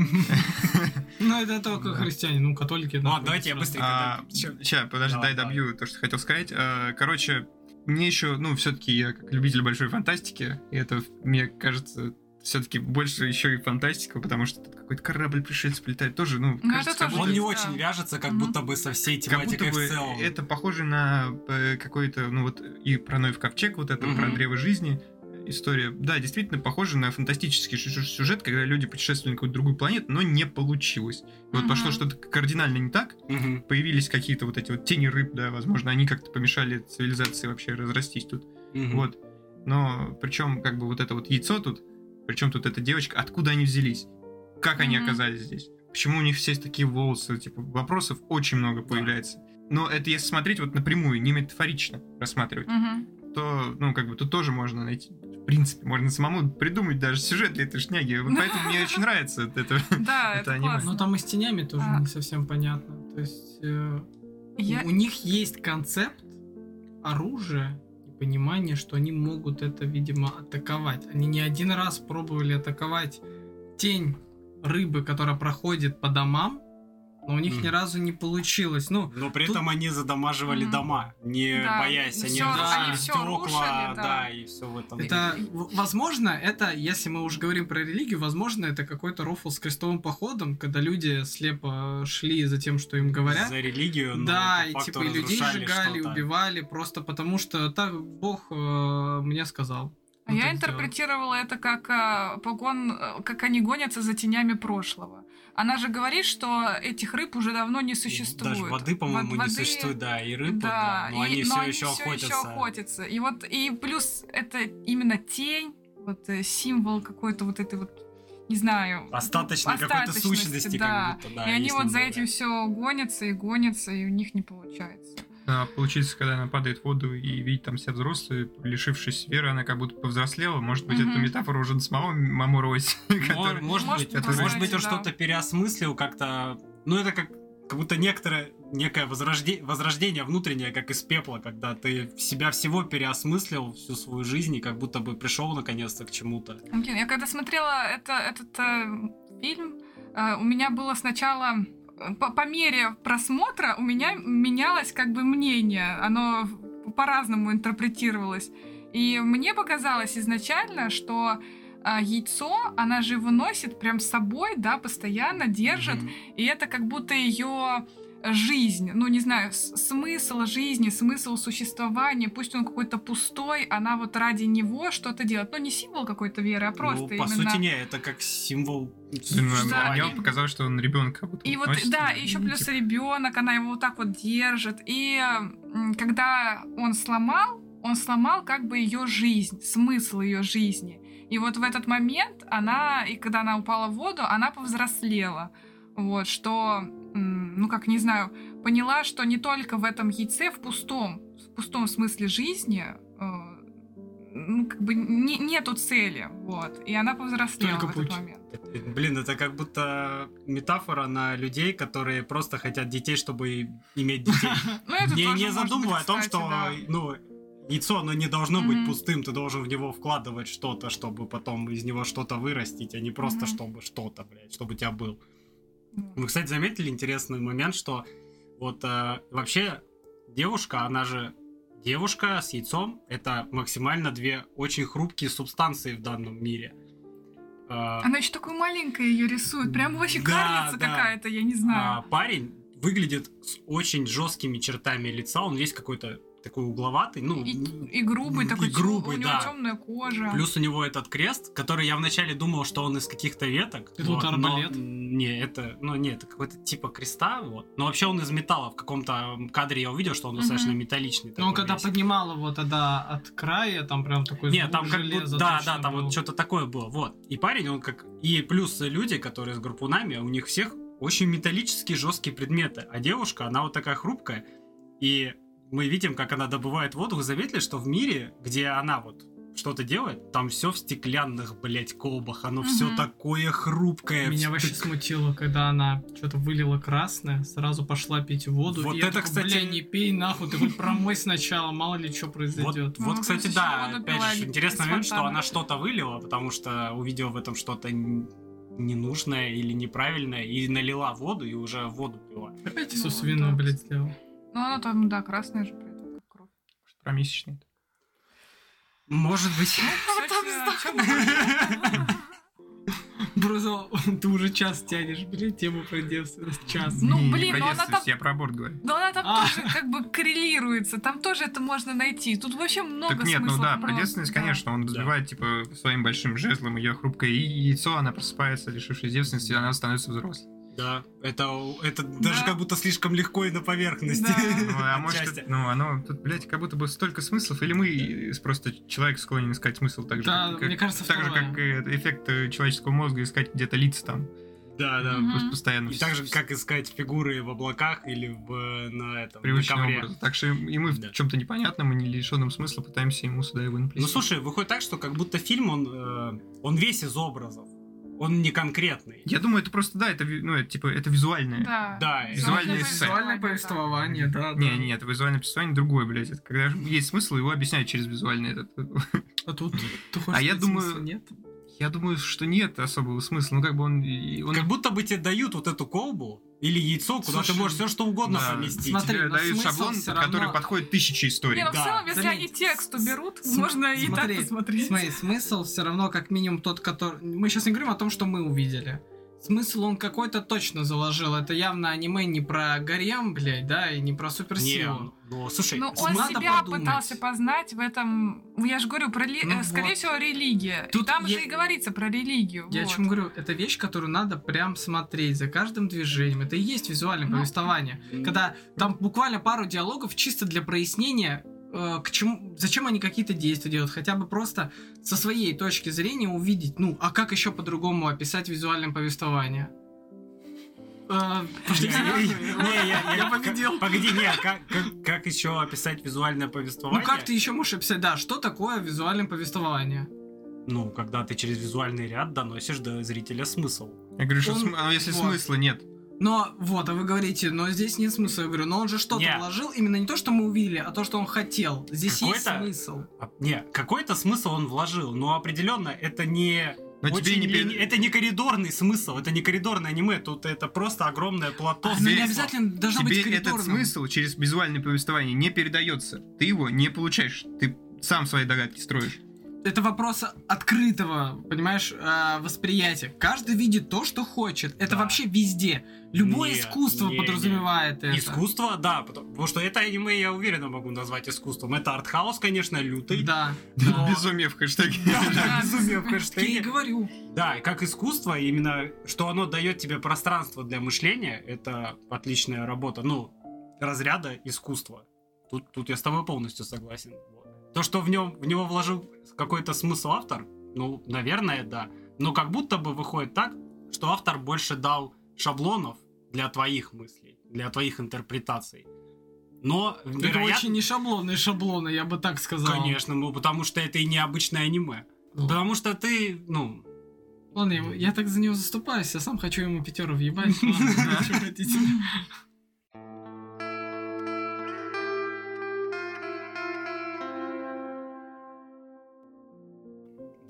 D: Ну, это только
C: Да.
D: христиане, ну, католики. да,
A: Ладно, давайте я
D: сразу.
A: быстренько.
C: А,
A: дам. Чё?
C: Сейчас, подожди,
A: Давай,
C: дай добью то, что хотел сказать. А, Короче, мне еще, ну, все-таки я как любитель большой фантастики, и это, мне кажется, все-таки больше еще и фантастика, потому что тут какой-то корабль пришельцев прилетает тоже, ну,
B: Ну,
C: кажется,
B: это
C: как
B: тоже
A: Он не
B: да.
A: очень вяжется, как
B: Мгм.
A: будто бы со всей
C: как будто
A: тематикой
C: бы
A: в целом.
C: это похоже на э, какой-то, ну вот и про Ноев ковчег, вот это про
A: Мгм.
C: древо жизни э, история. Да, действительно похоже на фантастический сю- сю- сюжет, когда люди путешествовали на какую-то другую планету, но не получилось. И вот
B: Мгм.
C: пошло что-то кардинально не так,
A: Мгм.
C: появились какие-то вот эти вот тени рыб, да, возможно, они как-то помешали цивилизации вообще разрастись тут.
A: Мгм.
C: Вот. Но причем как бы вот это вот яйцо тут, причем тут эта девочка, откуда они взялись? Как они
B: Мгм.
C: оказались здесь? Почему у них все такие волосы? Типа вопросов очень много появляется. Но это если смотреть вот напрямую, не метафорично рассматривать,
B: Мгм.
C: то, ну, как бы тут тоже можно найти. В принципе, можно самому придумать даже сюжет для этой шняги. Вот Поэтому мне очень нравится вот это.
B: Да,
C: Это
B: это
C: аниме.
B: классно.
D: Но Ну, там и с тенями тоже
B: А.
D: не совсем понятно. То есть э,
B: Я-
D: у них есть концепт оружия и понимание, что они могут это, видимо, атаковать. Они не один раз пробовали атаковать тень рыбы, которая проходит по домам, но у них
A: Мгм.
D: ни разу не получилось. Ну,
A: Но при
D: Тут-
A: этом они задамаживали
B: Мгм.
A: дома, не
B: Да,
A: боясь,
B: всё,
A: они
D: они
A: разрушили
B: всё
A: стекла,
B: рушили, да.
A: да, и все в этом.
D: Это, в- возможно, это, если мы уже говорим про религию, возможно, это какой-то рофл с крестовым походом, когда люди слепо шли за тем, что им говорят.
A: за религию, но
D: да,
A: по
D: и
A: факту
D: типа и людей
A: разрушали
D: сжигали,
A: что-то.
D: убивали, просто потому что так Бог э, мне сказал.
B: А
D: Вот
B: я
D: это сделал.
B: интерпретировала это как а, погон, э, как они гонятся за тенями прошлого. Она же говорит, что этих рыб уже давно не существует.
A: Даже воды, по-моему,
B: Во- воды-
A: не существует, да, и рыб,
B: Да,
A: типа, да, но
B: и-
A: они
B: но
A: все
B: они
A: еще
B: всё ещё
A: охотятся.
B: охотятся. И вот и плюс это именно тень, вот э, символ какой-то вот этой вот, не знаю,
A: Остаточной какой-то
B: остаточности,
A: сущности,
B: да.
A: как будто, да.
B: и они
A: есть
B: вот за
A: немного.
B: этим все гонятся и гонятся, и у них не получается.
C: А, получается, когда она падает в воду и видит там себя взрослую, лишившись веры, она как будто повзрослела. Может быть, это
B: Мгм.
C: метафора уже самого Мамору Оси,
A: Мор-
C: который-
A: Может быть,
C: это-
A: может быть, он
B: да.
A: что-то переосмыслил как-то. Ну, это как как будто некоторое некое возрожде- возрождение внутреннее, как из пепла, когда ты себя всего переосмыслил, всю свою жизнь, и как будто бы пришел наконец-то к чему-то.
B: Блин, я когда смотрела это, этот э, фильм, э, у меня было сначала э, по, по мере просмотра у меня менялось как бы мнение, оно в- по-разному интерпретировалось. И мне показалось изначально, что э, яйцо, она же выносит прям с собой, да, постоянно держит,
A: Мгм.
B: и это как будто ее жизнь, ну не знаю, с- смысл жизни, смысл существования, пусть он какой-то пустой, она вот ради него что-то делает. Ну не символ какой-то веры, а просто
A: ну, по
B: именно.
A: сути, не, это как символ
C: Блин, ну,
B: Да,
C: Мне
A: существования.
B: и-
C: показалось, что он ребенка как будто
B: И вот,
C: носит.
B: да, и еще
C: Ну,
B: плюс
C: типа,
B: ребенок, она его вот так вот держит. И м, когда он сломал, он сломал как бы ее жизнь, смысл ее жизни. И вот в этот момент она, и когда она упала в воду, она повзрослела. Вот, что, м, ну как, не знаю, поняла, что не только в этом яйце, в пустом, в пустом смысле жизни, э, ну, как бы не- нету цели, вот. И она повзрослела
D: Только
B: в этот
D: путь.
B: момент.
A: Э, Блин, это как будто метафора на людей, которые просто хотят детей, чтобы иметь детей.
B: Ну, это
A: Не,
B: тоже
A: не
B: может
A: задумывая
B: быть,
A: о том,
B: кстати,
A: что
B: да.
A: ну, яйцо, оно не должно быть
B: Мгм.
A: пустым, ты должен в него вкладывать что-то, чтобы потом из него что-то вырастить, а не просто
B: Мгм.
A: чтобы что-то, блядь, чтобы у тебя был.
B: Ну.
A: Вы, кстати, заметили интересный момент, что вот э, вообще девушка, она же девушка с яйцом, это максимально две очень хрупкие субстанции в данном мире. Э,
B: Она еще такую маленькая ее рисует. Прям вообще
A: Да,
B: карлица
A: да.
B: какая-то, я не знаю.
A: А, парень выглядит с очень жесткими чертами лица, он весь какой-то такой угловатый, ну,
B: И,
A: м,
B: и грубый
A: и
B: такой, тё-
A: грубый,
B: у него
A: да.
B: темная кожа.
A: плюс у него этот крест, который я вначале думал, что он из каких-то веток.
D: Это вот
A: но-
D: арбалет.
A: не, это, ну, не, это какой-то типа креста, вот. Но вообще он из металла, в каком-то кадре я увидел, что он
B: Мгм.
A: достаточно металличный.
D: Ну,
A: такой
D: когда
A: весь.
D: поднимал его тогда от края, там прям такой
A: Не,
D: звук
A: там как
D: железа
A: будто, да,
D: точно
A: да, там
D: был.
A: вот что-то такое было, вот. И парень, он как, и плюс люди, которые с гарпунами, у них всех очень металлические жесткие предметы, а девушка, она вот такая хрупкая, и мы видим, как она добывает воду, вы заметили, что в мире, где она вот что-то делает, там все в стеклянных, блять, колбах, оно все
B: Мгм.
A: такое хрупкое.
D: Меня вообще смутило, когда она что-то вылила красное, сразу пошла пить воду.
A: Вот
D: и я
A: это,
D: такой,
A: кстати,
D: «Бля, не пей нахуй, ты хоть промой сначала, мало ли что
A: Вот,
D: произойдет.
A: вот,
B: Ну,
A: кстати,
B: просто
A: да,
B: чего
A: опять
B: напила
A: же,
B: из
A: интересный момент, что
B: фонтана?
A: она что-то вылила, потому что увидела в этом что-то н- ненужное или неправильное, и налила воду, и уже воду пила.
D: Опять
B: Ну,
D: Иисус
B: да.
D: вино, блядь, сделал.
B: Ну, она там, да, красная же, при этом, как кровь.
C: Про месячный.
A: Может быть.
B: Кстати, о чём мы
D: Просто ты уже час тянешь, блядь, тему про девственность. Час.
B: Ну,
C: Не, не
B: блин,
C: про
B: ну она
C: девственность,
B: там-
C: Я про аборт говорю.
B: Ну, она там
D: А.
B: тоже как бы коррелируется, там тоже это можно найти. Тут вообще много
C: так нет, ну
B: смыслов
C: да,
B: просто,
C: про девственность,
B: да.
C: конечно, он разбивает, типа, своим большим жезлом ее хрупкое и- яйцо, она просыпается, лишившись девственности, и она становится взрослой.
A: Да, это, это даже
B: Да.
A: как будто слишком легко и на поверхности.
B: Да.
C: Ну, а может,
A: Отчасти.
C: это- ну, оно тут, блядь, как будто бы столько смыслов, или мы и- просто человек склонен искать смысл так же,
D: Да,
C: как, как-
D: мне кажется,
C: так же, как
D: второе.
C: и это эффект э, человеческого мозга искать где-то лица там
A: Да, да.
B: Мгм.
C: пусть постоянно.
A: И так же, как искать фигуры в облаках или в, на этом, на
C: привычный
A: ковре.
C: образ. Так что и мы в
A: Да.
C: чем-то непонятном и не лишенном смысла пытаемся ему сюда его наплести.
A: Ну слушай, выходит так, что как будто фильм, он, э, он весь из образов. Он не конкретный.
C: я думаю, это просто да, это ви- ну это типа это визуальное.
B: Да.
A: Да,
C: Визуальное эссе.
D: Визуальное повествование, да.
C: Не,
D: да.
C: не, это визуальное представление другое, блядь. Это когда же есть смысл, его объясняют через визуальный этот.
D: А тут, ты хочешь
C: А я
D: сказать,
C: думаю-
D: смысла нет?
C: Я думаю, что нет особого смысла. Ну, как бы он... и- он
A: Как будто бы тебе дают вот эту колбу или яйцо, куда
D: Слушай,
A: ты можешь все что угодно
C: да.
A: поместить.
D: Смотри,
C: тебе
D: но
C: дают
D: смысл
C: шаблон,
D: всё
C: под
D: равно-
C: который подходит тысячи историй.
B: Не, ну в
A: Да.
B: целом, если
D: Да
B: они
D: нет,
B: текст
D: с-
B: уберут,
D: с-
B: можно и так
D: смотри,
B: посмотреть.
D: Смотри, смысл все равно как минимум тот, который... Мы сейчас не говорим о том, что мы увидели. Смысл он какой-то точно заложил. Это явно аниме не про гарем, блядь, да, и не про
A: Не,
D: суперсилу.
A: ну, слушай,
B: Но
A: см-
B: он
D: надо
B: себя
D: подумать.
B: пытался познать в этом, я же говорю, про ли-
D: Ну
B: э, скорее
D: вот.
B: всего, религия. И
D: Тут
B: там
D: я-
B: же и говорится про религию.
D: Я о
B: вот.
D: чем говорю, это вещь, которую надо прям смотреть за каждым движением. Это и есть визуальное
B: Ну.
D: повествование. Когда там буквально пару диалогов чисто для прояснения, э, к чему, зачем они какие-то действия делают. Хотя бы просто со своей точки зрения увидеть, ну, а как еще по-другому описать визуальное повествование? Э, ну,
A: Не,
D: пошли
A: не,
D: нахуй.
A: не, я-
D: Я
A: я-
D: победил.
A: как- Погоди, не, а как, как, еще описать визуальное
D: Ну
A: повествование?
D: как ты еще можешь описать, да, что такое визуальное повествование?
A: Ну, когда ты через визуальный ряд доносишь до зрителя смысл.
C: Я говорю, что
D: Он-
C: см- а если
D: вот.
C: смысла нет?
D: Но вот, а вы говорите, но здесь нет смысла. Я говорю, но он же что-то
A: Не.
D: вложил, именно не то, что мы увидели, а то, что он хотел. Здесь
A: Какой-то-
D: есть смысл.
A: А, Не, какой-то смысл он вложил, но определенно это не...
C: Но тебе
A: очень
C: не...
A: лини-
C: пере-
A: Это не коридорный смысл, это не коридорное аниме, тут это просто огромное плато.
D: Но
C: тебе-
D: А, ну, не
A: смысла.
D: обязательно должно
C: Тебе
D: быть
C: этот
D: коридорным.
C: смысл через визуальное повествование не передается. Ты его не получаешь. Ты сам свои догадки строишь.
D: Это вопрос открытого, понимаешь, э, восприятия. Каждый видит то, что хочет. Это
A: Да.
D: вообще везде. Любое
A: Не,
D: искусство
A: не, не.
D: подразумевает это.
A: Искусство, да, потом- потому что это аниме я уверенно могу назвать искусством. Это артхаус, конечно, лютый.
D: Да.
A: Но-
C: Безумие в хэштеге.
A: Да, да,
B: Да,
A: безумие в
B: безумие.
D: Я и
A: хэштеге.
D: говорю.
A: Да, и как искусство, именно что оно дает тебе пространство для мышления, это отличная работа, ну, разряда искусства. Тут, тут я с тобой полностью согласен. Вот. То, что в, нем, в него вложил какой-то смысл автор, ну, наверное, да. Но как будто бы выходит так, что автор больше дал шаблонов для твоих мыслей, для твоих интерпретаций. Но,
D: Это очень
A: вероятно,
D: не шаблонные шаблоны, я бы так сказал.
A: конечно, ну, потому что это и необычное аниме.
D: Ну.
A: Потому что ты, ну,
D: Ладно, я- я так за него заступаюсь, я сам хочу ему пятеру въебать. Ладно, Ну, чё хотите.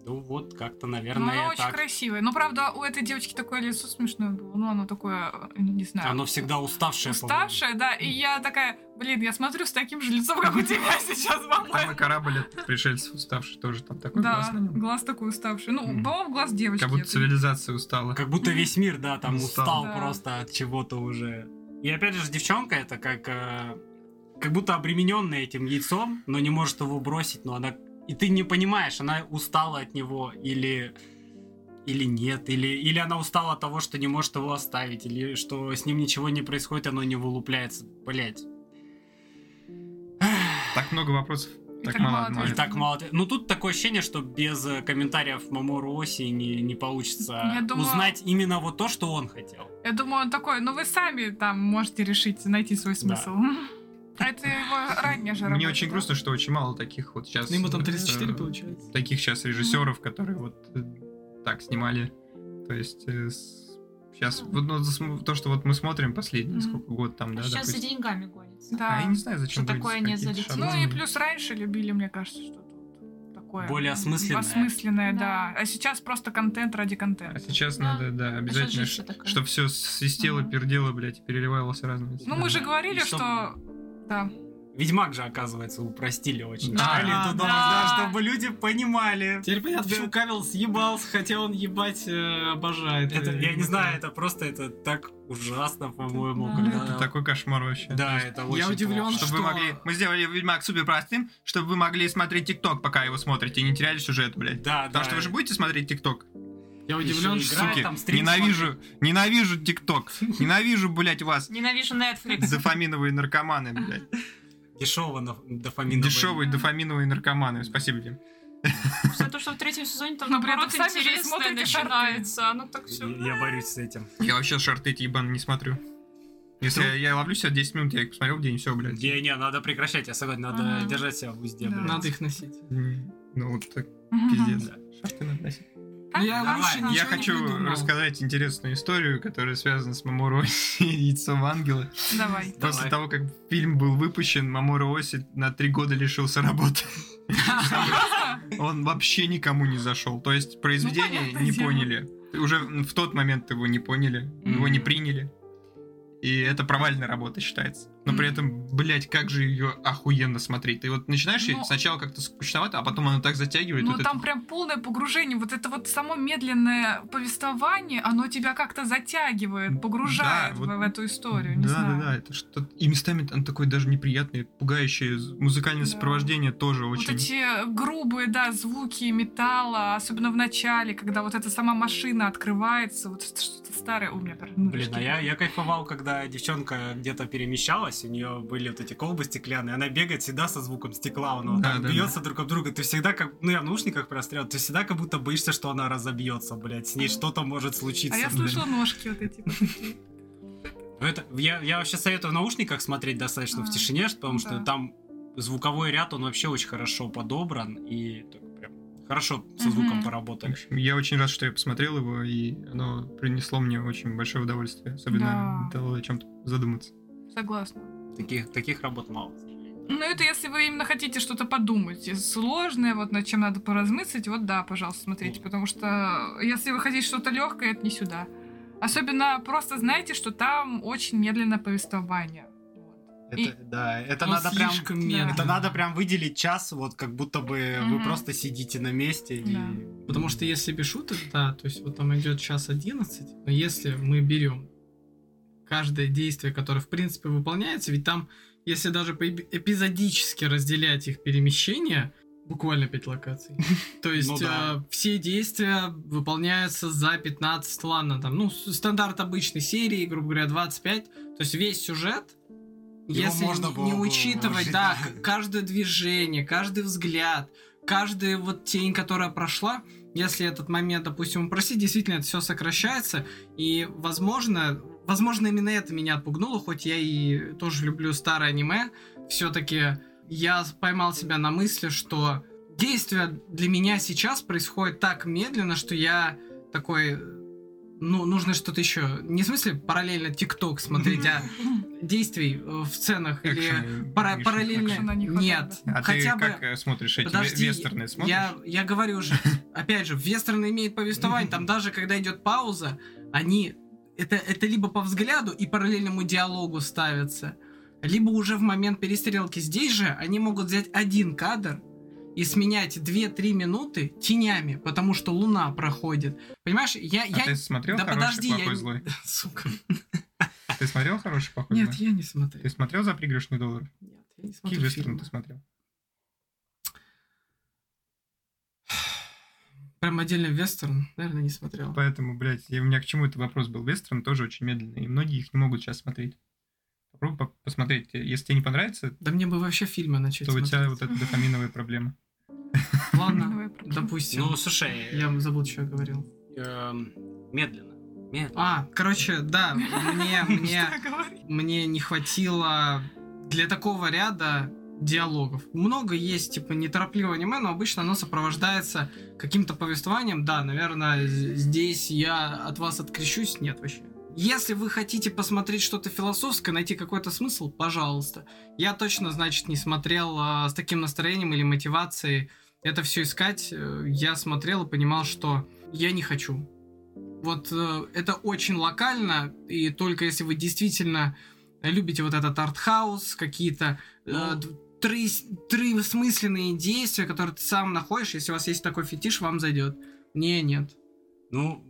A: ну вот как-то,
B: Ну,
A: наверное,
B: она очень
A: так.
B: красивая. Но, правда, у этой девочки такое лицо смешное было. Ну, оно такое, э, не знаю.
A: Оно всегда уставшее. по-моему.
B: уставшая, да. И я такая, блин, я смотрю с таким же лицом, как у тебя сейчас,
C: Там и
B: мама.
C: корабль от пришельцев уставший тоже там такой
B: Да,
C: классный.
B: глаз такой уставший. Ну,
C: Мгм.
B: по-моему, глаз девочки.
C: Как будто цивилизация устала.
A: Как будто весь мир, да, там
C: Устал.
A: устал
B: Да.
A: просто от чего-то уже. И опять же, девчонка это как... э, Как будто обремененная этим яйцом, но не может его бросить, но она... И ты не понимаешь, она устала от него или... Или нет, или, или она устала от того, что не может его оставить, или что с ним ничего не происходит, оно не вылупляется. Блять.
C: Так много вопросов, так
B: так мало
C: мало
A: И
B: ответов.
C: ответов.
A: так мало... ты- Ну тут такое ощущение, что без э, комментариев Мамору Оси не, не получится
B: Я думаю-
A: узнать именно вот то, что он хотел.
B: Я думаю, он такой, ну вы сами там можете решить, найти свой смысл. А Это его ранняя же
C: Мне
B: работа,
C: очень
B: да.
C: грустно, что очень мало таких вот сейчас...
D: Ну, ему там
C: э,
D: 34 получается.
C: Таких сейчас режиссеров, которые вот э, так снимали. То есть сейчас... Вот, ну, зас- то, что вот мы смотрим последний,
E: Мгм.
C: сколько год там, да,
E: Сейчас за
C: допустим.
E: деньгами гонится.
B: Да.
C: А я не знаю, зачем
E: Что
C: гонятся
E: такое не
C: какие-то
E: залетит.
B: Ну
C: шаблоны.
B: и плюс раньше любили, мне кажется, что-то вот такое.
A: Более осмысленное.
B: Осмысленное, да.
E: Да.
B: А сейчас просто контент ради
C: А
B: контента.
C: сейчас
E: Да.
C: надо, да, обязательно,
E: жизнь-то такая.
C: чтобы все свистело,
E: Мгм.
C: пердело, блядь, и переливалось разными
B: Ну мы же
A: Да.
B: говорили,
A: И чтоб-
B: что... Да.
A: Ведьмак же, оказывается, упростили очень.
C: Да,
A: Читали эту новость,
E: да.
A: да, чтобы люди понимали.
D: Теперь понятно,
A: Да.
D: почему Кавел съебался, хотя он ебать э, обожает.
A: Это, я
D: э,
A: не
D: Ведьмака.
A: знаю, это просто это так ужасно, по-моему.
E: Да.
A: когда-
C: Это такой кошмар вообще.
A: Да, это очень
D: удивлен,
A: плохо.
D: что-
C: Чтобы вы могли... Мы сделали Ведьмак супер простым, чтобы вы могли смотреть ТикТок, пока его смотрите, и не теряли сюжет, блядь.
A: Да,
C: Потому
A: да.
C: что вы же будете смотреть ТикТок.
D: Я
A: Еще
D: удивлен,
A: игра.
D: что...
A: Да,
C: Суки,
A: там стрим
C: ненавижу, ненавижу ТикТок. Ненавижу, блядь, вас,
E: Ненавижу Netflix.
C: дофаминовые наркоманы, блядь.
A: Дешево на дофаминовый.
C: Дешевые дофаминовые наркоманы, спасибо, Дим.
E: За то, что в третьем сезоне там
D: Ну,
B: Но при
E: наоборот
B: этом сами же и
E: интересное
B: смотрите шарты.
E: начинается. Оно так все.
A: Я, я борюсь с этим.
C: Я вообще шарты эти ебаные не смотрю. Если
A: Ну.
C: я, я ловлю себя 10 минут, я их посмотрел в день, все, блядь.
A: Не, не, надо прекращать, я согласен, надо
B: Ага.
A: держать себя в узде.
B: Да.
A: блин.
D: Надо их носить.
C: М, Ну вот так
B: Мгм.
C: пиздец. Шарты надо носить.
D: Ну, я
A: Давай.
D: лучше
B: а
D: ничего
C: Я
D: не
C: хочу
D: придумал.
C: рассказать интересную историю, которая связана с Мамору Оси и яйцом ангела.
B: Давай.
A: Давай.
C: После того, как фильм был выпущен, Мамору Оси на три года лишился работы. Он вообще никому не зашел. То есть произведение
B: Ну, понятное
C: не
B: дело.
C: поняли. Уже в тот момент его не поняли, его не
B: Мгм.
C: приняли. И это провальная работа считается. Но при этом, блять, как же ее охуенно смотреть. Ты вот начинаешь ей
B: Ну.
C: сначала как-то скучновато, а потом она так затягивает.
B: Ну
C: вот это
B: там прям полное погружение. Вот это вот само медленное повествование, оно тебя как-то затягивает, погружает
C: Да, вот-
B: в, в эту историю. Не
C: да,
B: знаю.
C: да, да, это что И местами он такой даже неприятный, пугающий. Музыкальное
B: Да.
C: сопровождение тоже
B: Вот
C: очень.
B: эти э, грубые, да, звуки металла, особенно в начале, когда вот эта сама машина открывается, вот это что-то старое у меня. прям
A: Блин,
B: мурашки.
A: а я, я кайфовал, когда девчонка где-то перемещалась, у нее были вот эти колбы стеклянные, она бегает всегда со звуком стекла, она вот
C: Да,
A: так
C: да,
A: бьется друг об друга, ты всегда как, ну я в наушниках прострел, ты всегда как будто боишься, что она разобьется, блядь, с ней что-то может случиться.
B: А я
A: блядь.
B: слышала ножки вот эти. вот такие.
A: Ну, Это, я, я вообще советую в наушниках смотреть достаточно в
B: А,
A: тишине, что- потому что
B: да.
A: там звуковой ряд, он вообще очень хорошо подобран и так прям хорошо со
B: Мгм.
A: звуком
C: В
A: поработали.
C: общем, я очень рад, что я посмотрел его, и оно принесло мне очень большое удовольствие. Особенно
B: Да.
C: дало о чем-то задуматься.
B: Согласна.
A: Таких, таких работ мало, к сожалению.
B: Ну, это если вы именно хотите что-то подумать. и Сложное, вот над чем надо поразмыслить, вот да, пожалуйста, смотрите. Потому что если вы хотите что-то легкое, это не сюда. Особенно просто знайте, что там очень медленное повествование.
A: Это,
B: И-
A: да, это
D: Ну,
A: надо прям...
D: слишком
B: Да.
D: медленно.
A: Это надо прям выделить час, вот как будто бы вы
B: Мгм.
A: просто сидите на месте. и-
B: Да.
D: Потому что если без шуток, да, то есть вот там идет час 11, но если мы берем каждое действие, которое в принципе выполняется, ведь там, если даже по эпи- эпизодически разделять их перемещение, буквально 5 локаций, то есть
A: Ну да.
D: э, все действия выполняются за 15, ладно, там, ну, с- стандарт обычной серии, грубо говоря, 25, то есть весь сюжет,
A: Его
D: если
A: можно
D: не-
A: было
D: не
A: бы
D: учитывать,
A: уложить,
D: да,
A: да.
D: к- каждое движение, каждый взгляд, каждая вот тень, которая прошла, если этот момент, допустим, упростить, действительно это все сокращается, и, возможно, возможно, именно это меня отпугнуло, хоть я и тоже люблю старое аниме, все-таки я поймал себя на мысли, что действие для меня сейчас происходит так медленно, что я такой, ну, нужно что-то еще, не в смысле параллельно ТикТок смотреть, а действий э, в сценах или
C: Экшен,
D: пара-
C: конечно.
D: параллельно...
B: экшена не
D: Нет,
B: хватает,
C: А
D: хотя
C: ты
D: бы...
C: как э, смотришь эти
D: Подожди,
C: ве- вестерны? Смотришь?
D: Я, я говорю же, опять же, вестерн имеет повествование, там даже когда идет пауза, они это, это либо по взгляду и параллельному диалогу ставятся, либо уже в момент перестрелки. Здесь же они могут взять один кадр и сменять 2-3 минуты тенями, потому что луна проходит. Понимаешь, я...
C: А
D: я...
C: ты смотрел
D: Да
C: хороший,
D: подожди, я
C: плохой,
D: не-
C: злой?
D: Сука.
C: Ты смотрел хороший, плохой,
D: Нет,
C: злой?
D: я не смотрю.
C: Ты смотрел за пригрышный доллар?
D: Нет, я не
C: Какие
D: смотрю
C: вестерны
D: фильмы.
C: ты смотрел?
D: Прям отдельно вестерн, наверное, не смотрел.
C: Поэтому, блядь, я- у меня к чему этот вопрос был. Вестерн тоже очень медленный, и многие их не могут сейчас смотреть. Попробуй по- посмотреть. Если тебе не понравится,
D: Да мне бы вообще фильмы начать
C: то у тебя
D: смотреть.
C: вот эта дофаминовая проблема.
D: Ладно,
B: Давай про-
D: допустим.
A: Ну, слушай, э,
D: Я забыл, что я говорил.
A: эм, медленно. Медленно.
D: А, короче, да, мне, мне,
B: Что я говорю?
D: мне не хватило для такого ряда диалогов. Много есть, типа, неторопливого аниме, но обычно оно сопровождается каким-то повествованием. Да, наверное, з- здесь я от вас открещусь. Нет, вообще. Если вы хотите посмотреть что-то философское, найти какой-то смысл, пожалуйста. Я точно, значит, не смотрел а, с таким настроением или мотивацией это все искать. Э, Я смотрел и понимал, что я не хочу. Вот э, это очень локально, и только если вы действительно любите вот этот артхаус, какие-то
A: Ну.
D: э, д- тры- трысмысленные действия, которые ты сам находишь, если у вас есть такой фетиш, вам зайдет. Не, нет.
A: Ну,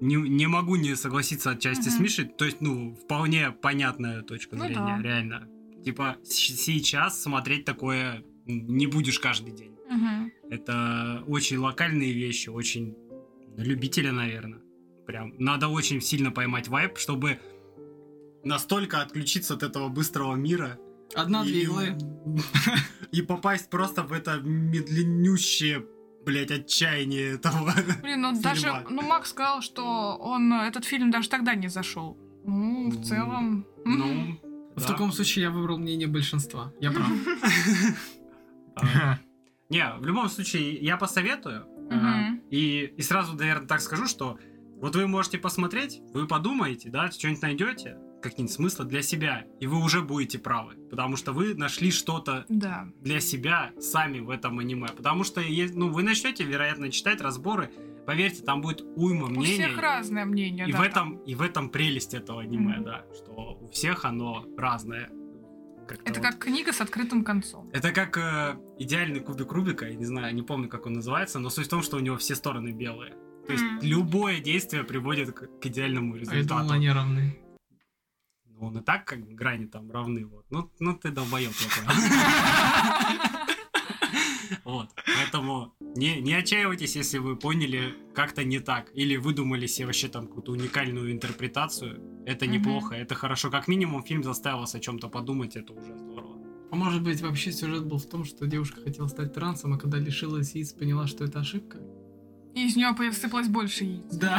A: не, не могу не согласиться отчасти с
B: Мгм.
A: Мишей. То есть, ну, вполне понятная точка
B: Ну
A: зрения,
B: да.
A: реально. Типа, щ- сейчас смотреть такое не будешь каждый день.
B: Мгм.
A: Это очень локальные вещи, очень любителя, наверное. Прям надо очень сильно поймать вайп, чтобы настолько отключиться от этого быстрого мира
D: Одна-две
A: и-
D: иглы.
A: и попасть просто в это медленнющее, блять, отчаяние этого.
B: Блин, ну
A: Фильма.
B: даже, ну Макс сказал, что он э, этот фильм даже тогда не зашел. Ну, в
A: Ну,
B: целом.
A: Ну,
D: В
A: да.
D: таком случае я выбрал мнение большинства. Я прав.
A: А, Не, в любом случае, я посоветую. а,
B: Мгм.
A: И, и сразу, наверное, так скажу, что вот вы можете посмотреть, вы подумаете, да, что-нибудь найдете, какие-нибудь смыслы для себя, и вы уже будете правы, потому что вы нашли что-то
B: Да.
A: для себя сами в этом аниме, потому что, е- ну, вы начнете, вероятно, читать разборы, поверьте, там будет уйма
B: У
A: мнений,
B: всех разное мнение,
A: и
B: да.
A: в
B: там.
A: этом, и в этом прелесть этого аниме,
B: Мгм.
A: да, что у всех оно разное. Как-то
B: Это
A: вот.
B: как книга с открытым концом.
A: Это как э, идеальный кубик Рубика, я не знаю, не помню, как он называется, но суть в том, что у него все стороны белые. То есть
E: М.
A: любое действие приводит к, к идеальному
D: А я думал,
A: результату.
D: они равны.
A: Ну, Он и так как бы грани там равны. Вот. Ну, ну ты долбоеб, я понял. Вот. Поэтому не, не отчаивайтесь, если вы поняли как-то не так. Или выдумали себе вообще там какую-то уникальную интерпретацию. Это
B: Мгм.
A: неплохо, это хорошо. Как минимум, фильм заставил вас о чем-то подумать, это уже здорово.
D: А может быть, вообще сюжет был в том, что девушка хотела стать трансом, а когда лишилась яиц, поняла, что это ошибка?
B: И из нее посыпалось больше яиц.
D: Да.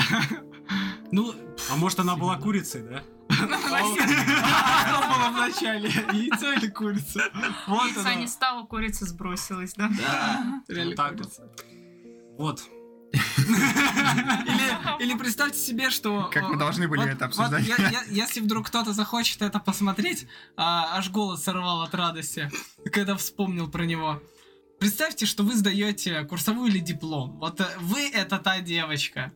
D: Ну,
A: А может, она была
D: Спасибо.
A: курицей, да?
D: что было вначале? Яйцо или курица? Вот
E: Яйца
D: оно.
E: не стало, курица сбросилась, да?
D: Да,
A: Вот Ну,
D: реально
A: так
D: курица.
A: Вот.
D: Или, или представьте себе, что...
C: Как мы
D: э,
C: должны были
D: вот-
C: это
D: вот
C: обсуждать.
D: я- я- если вдруг кто-то захочет это посмотреть, а, аж голос сорвал от радости, когда вспомнил про него. Представьте, что вы сдаете курсовую или диплом. Вот э, вы это та девочка.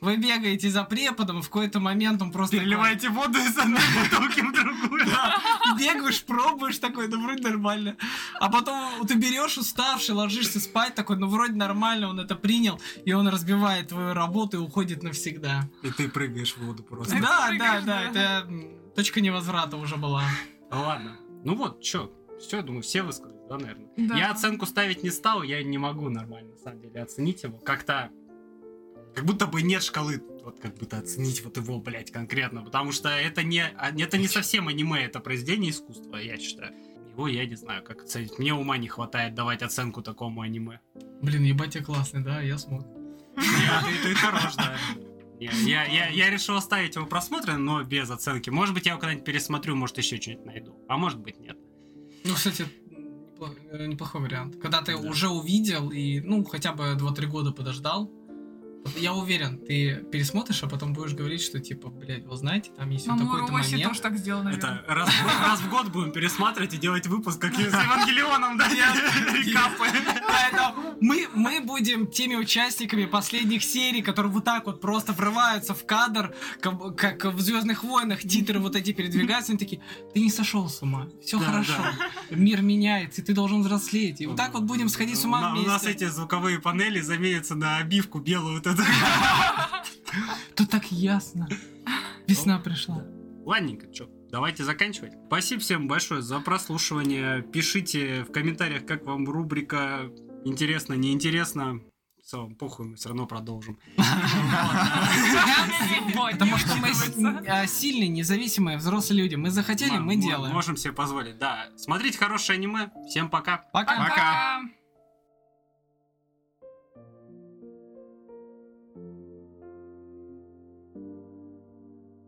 D: Вы бегаете за преподом, в какой-то момент он просто...
A: Переливаете воду из одной бутылки в другую.
D: И бегаешь, пробуешь такой, ну вроде нормально. А потом ты берешь уставший, ложишься спать такой, ну вроде нормально, он это принял, и он разбивает твою работу и уходит навсегда.
A: И ты прыгаешь в воду просто.
D: Да, да,
B: прыгаешь,
D: да,
B: да.
D: это м, точка невозврата уже была.
A: Ну ладно. Ну вот, чё. Все, я думаю, все высказали, да, наверное?
B: Да.
A: Я оценку ставить не стал, я не могу нормально, на самом деле, оценить его. Как-то... Как будто бы нет шкалы, вот как будто оценить вот его, блядь, конкретно. Потому что это не, а, это не совсем аниме, это произведение искусства, я считаю. И Ой, я не знаю, как оценить. Мне ума не хватает давать оценку такому аниме.
D: Блин, ебать, я классный, да, я смог.
A: Я- ты- Ты хорош, да. Не, Я, я, я решил оставить его просмотренным, но без оценки. Может быть, я его когда-нибудь пересмотрю, может, еще что-нибудь найду. А может быть, нет.
D: Ну, кстати, непло- э, неплохой вариант. Когда ты уже увидел и, ну, хотя бы 2-3 года подождал, я уверен, ты пересмотришь, а потом будешь говорить, что типа, блядь, вы знаете, там есть вот
B: Мамору
D: такой-то
B: Оси
D: момент.
B: тоже так сделал, наверное.
A: Это раз, в- раз в год будем пересматривать и делать выпуск, как и с Евангелионом, да? Рекапы.
D: Поэтому мы, мы будем теми участниками последних серий, которые вот так вот просто врываются в кадр, как, как в Звездных войнах титры вот эти передвигаются, они такие, ты не сошел с ума, все
A: Да,
D: хорошо, мир меняется, и ты должен взрослеть. И вот так вот будем сходить с ума
A: На- Ну, У нас
D: вместе.
A: эти звуковые панели заменятся на обивку белую вот эту.
D: Тут так ясно. Весна пришла.
A: Ладненько, чё, давайте заканчивать. Спасибо всем большое за прослушивание. Пишите в комментариях, как вам рубрика интересно, неинтересно. Все, похуй, мы все равно продолжим.
D: Потому что мы с- а, сильные, независимые, взрослые люди. Мы захотели,
A: М-
D: мы
A: м-
D: делаем.
A: Можем себе позволить, да. Смотрите хорошее аниме. Всем пока.
D: Пока.
C: Пока.
B: Пока.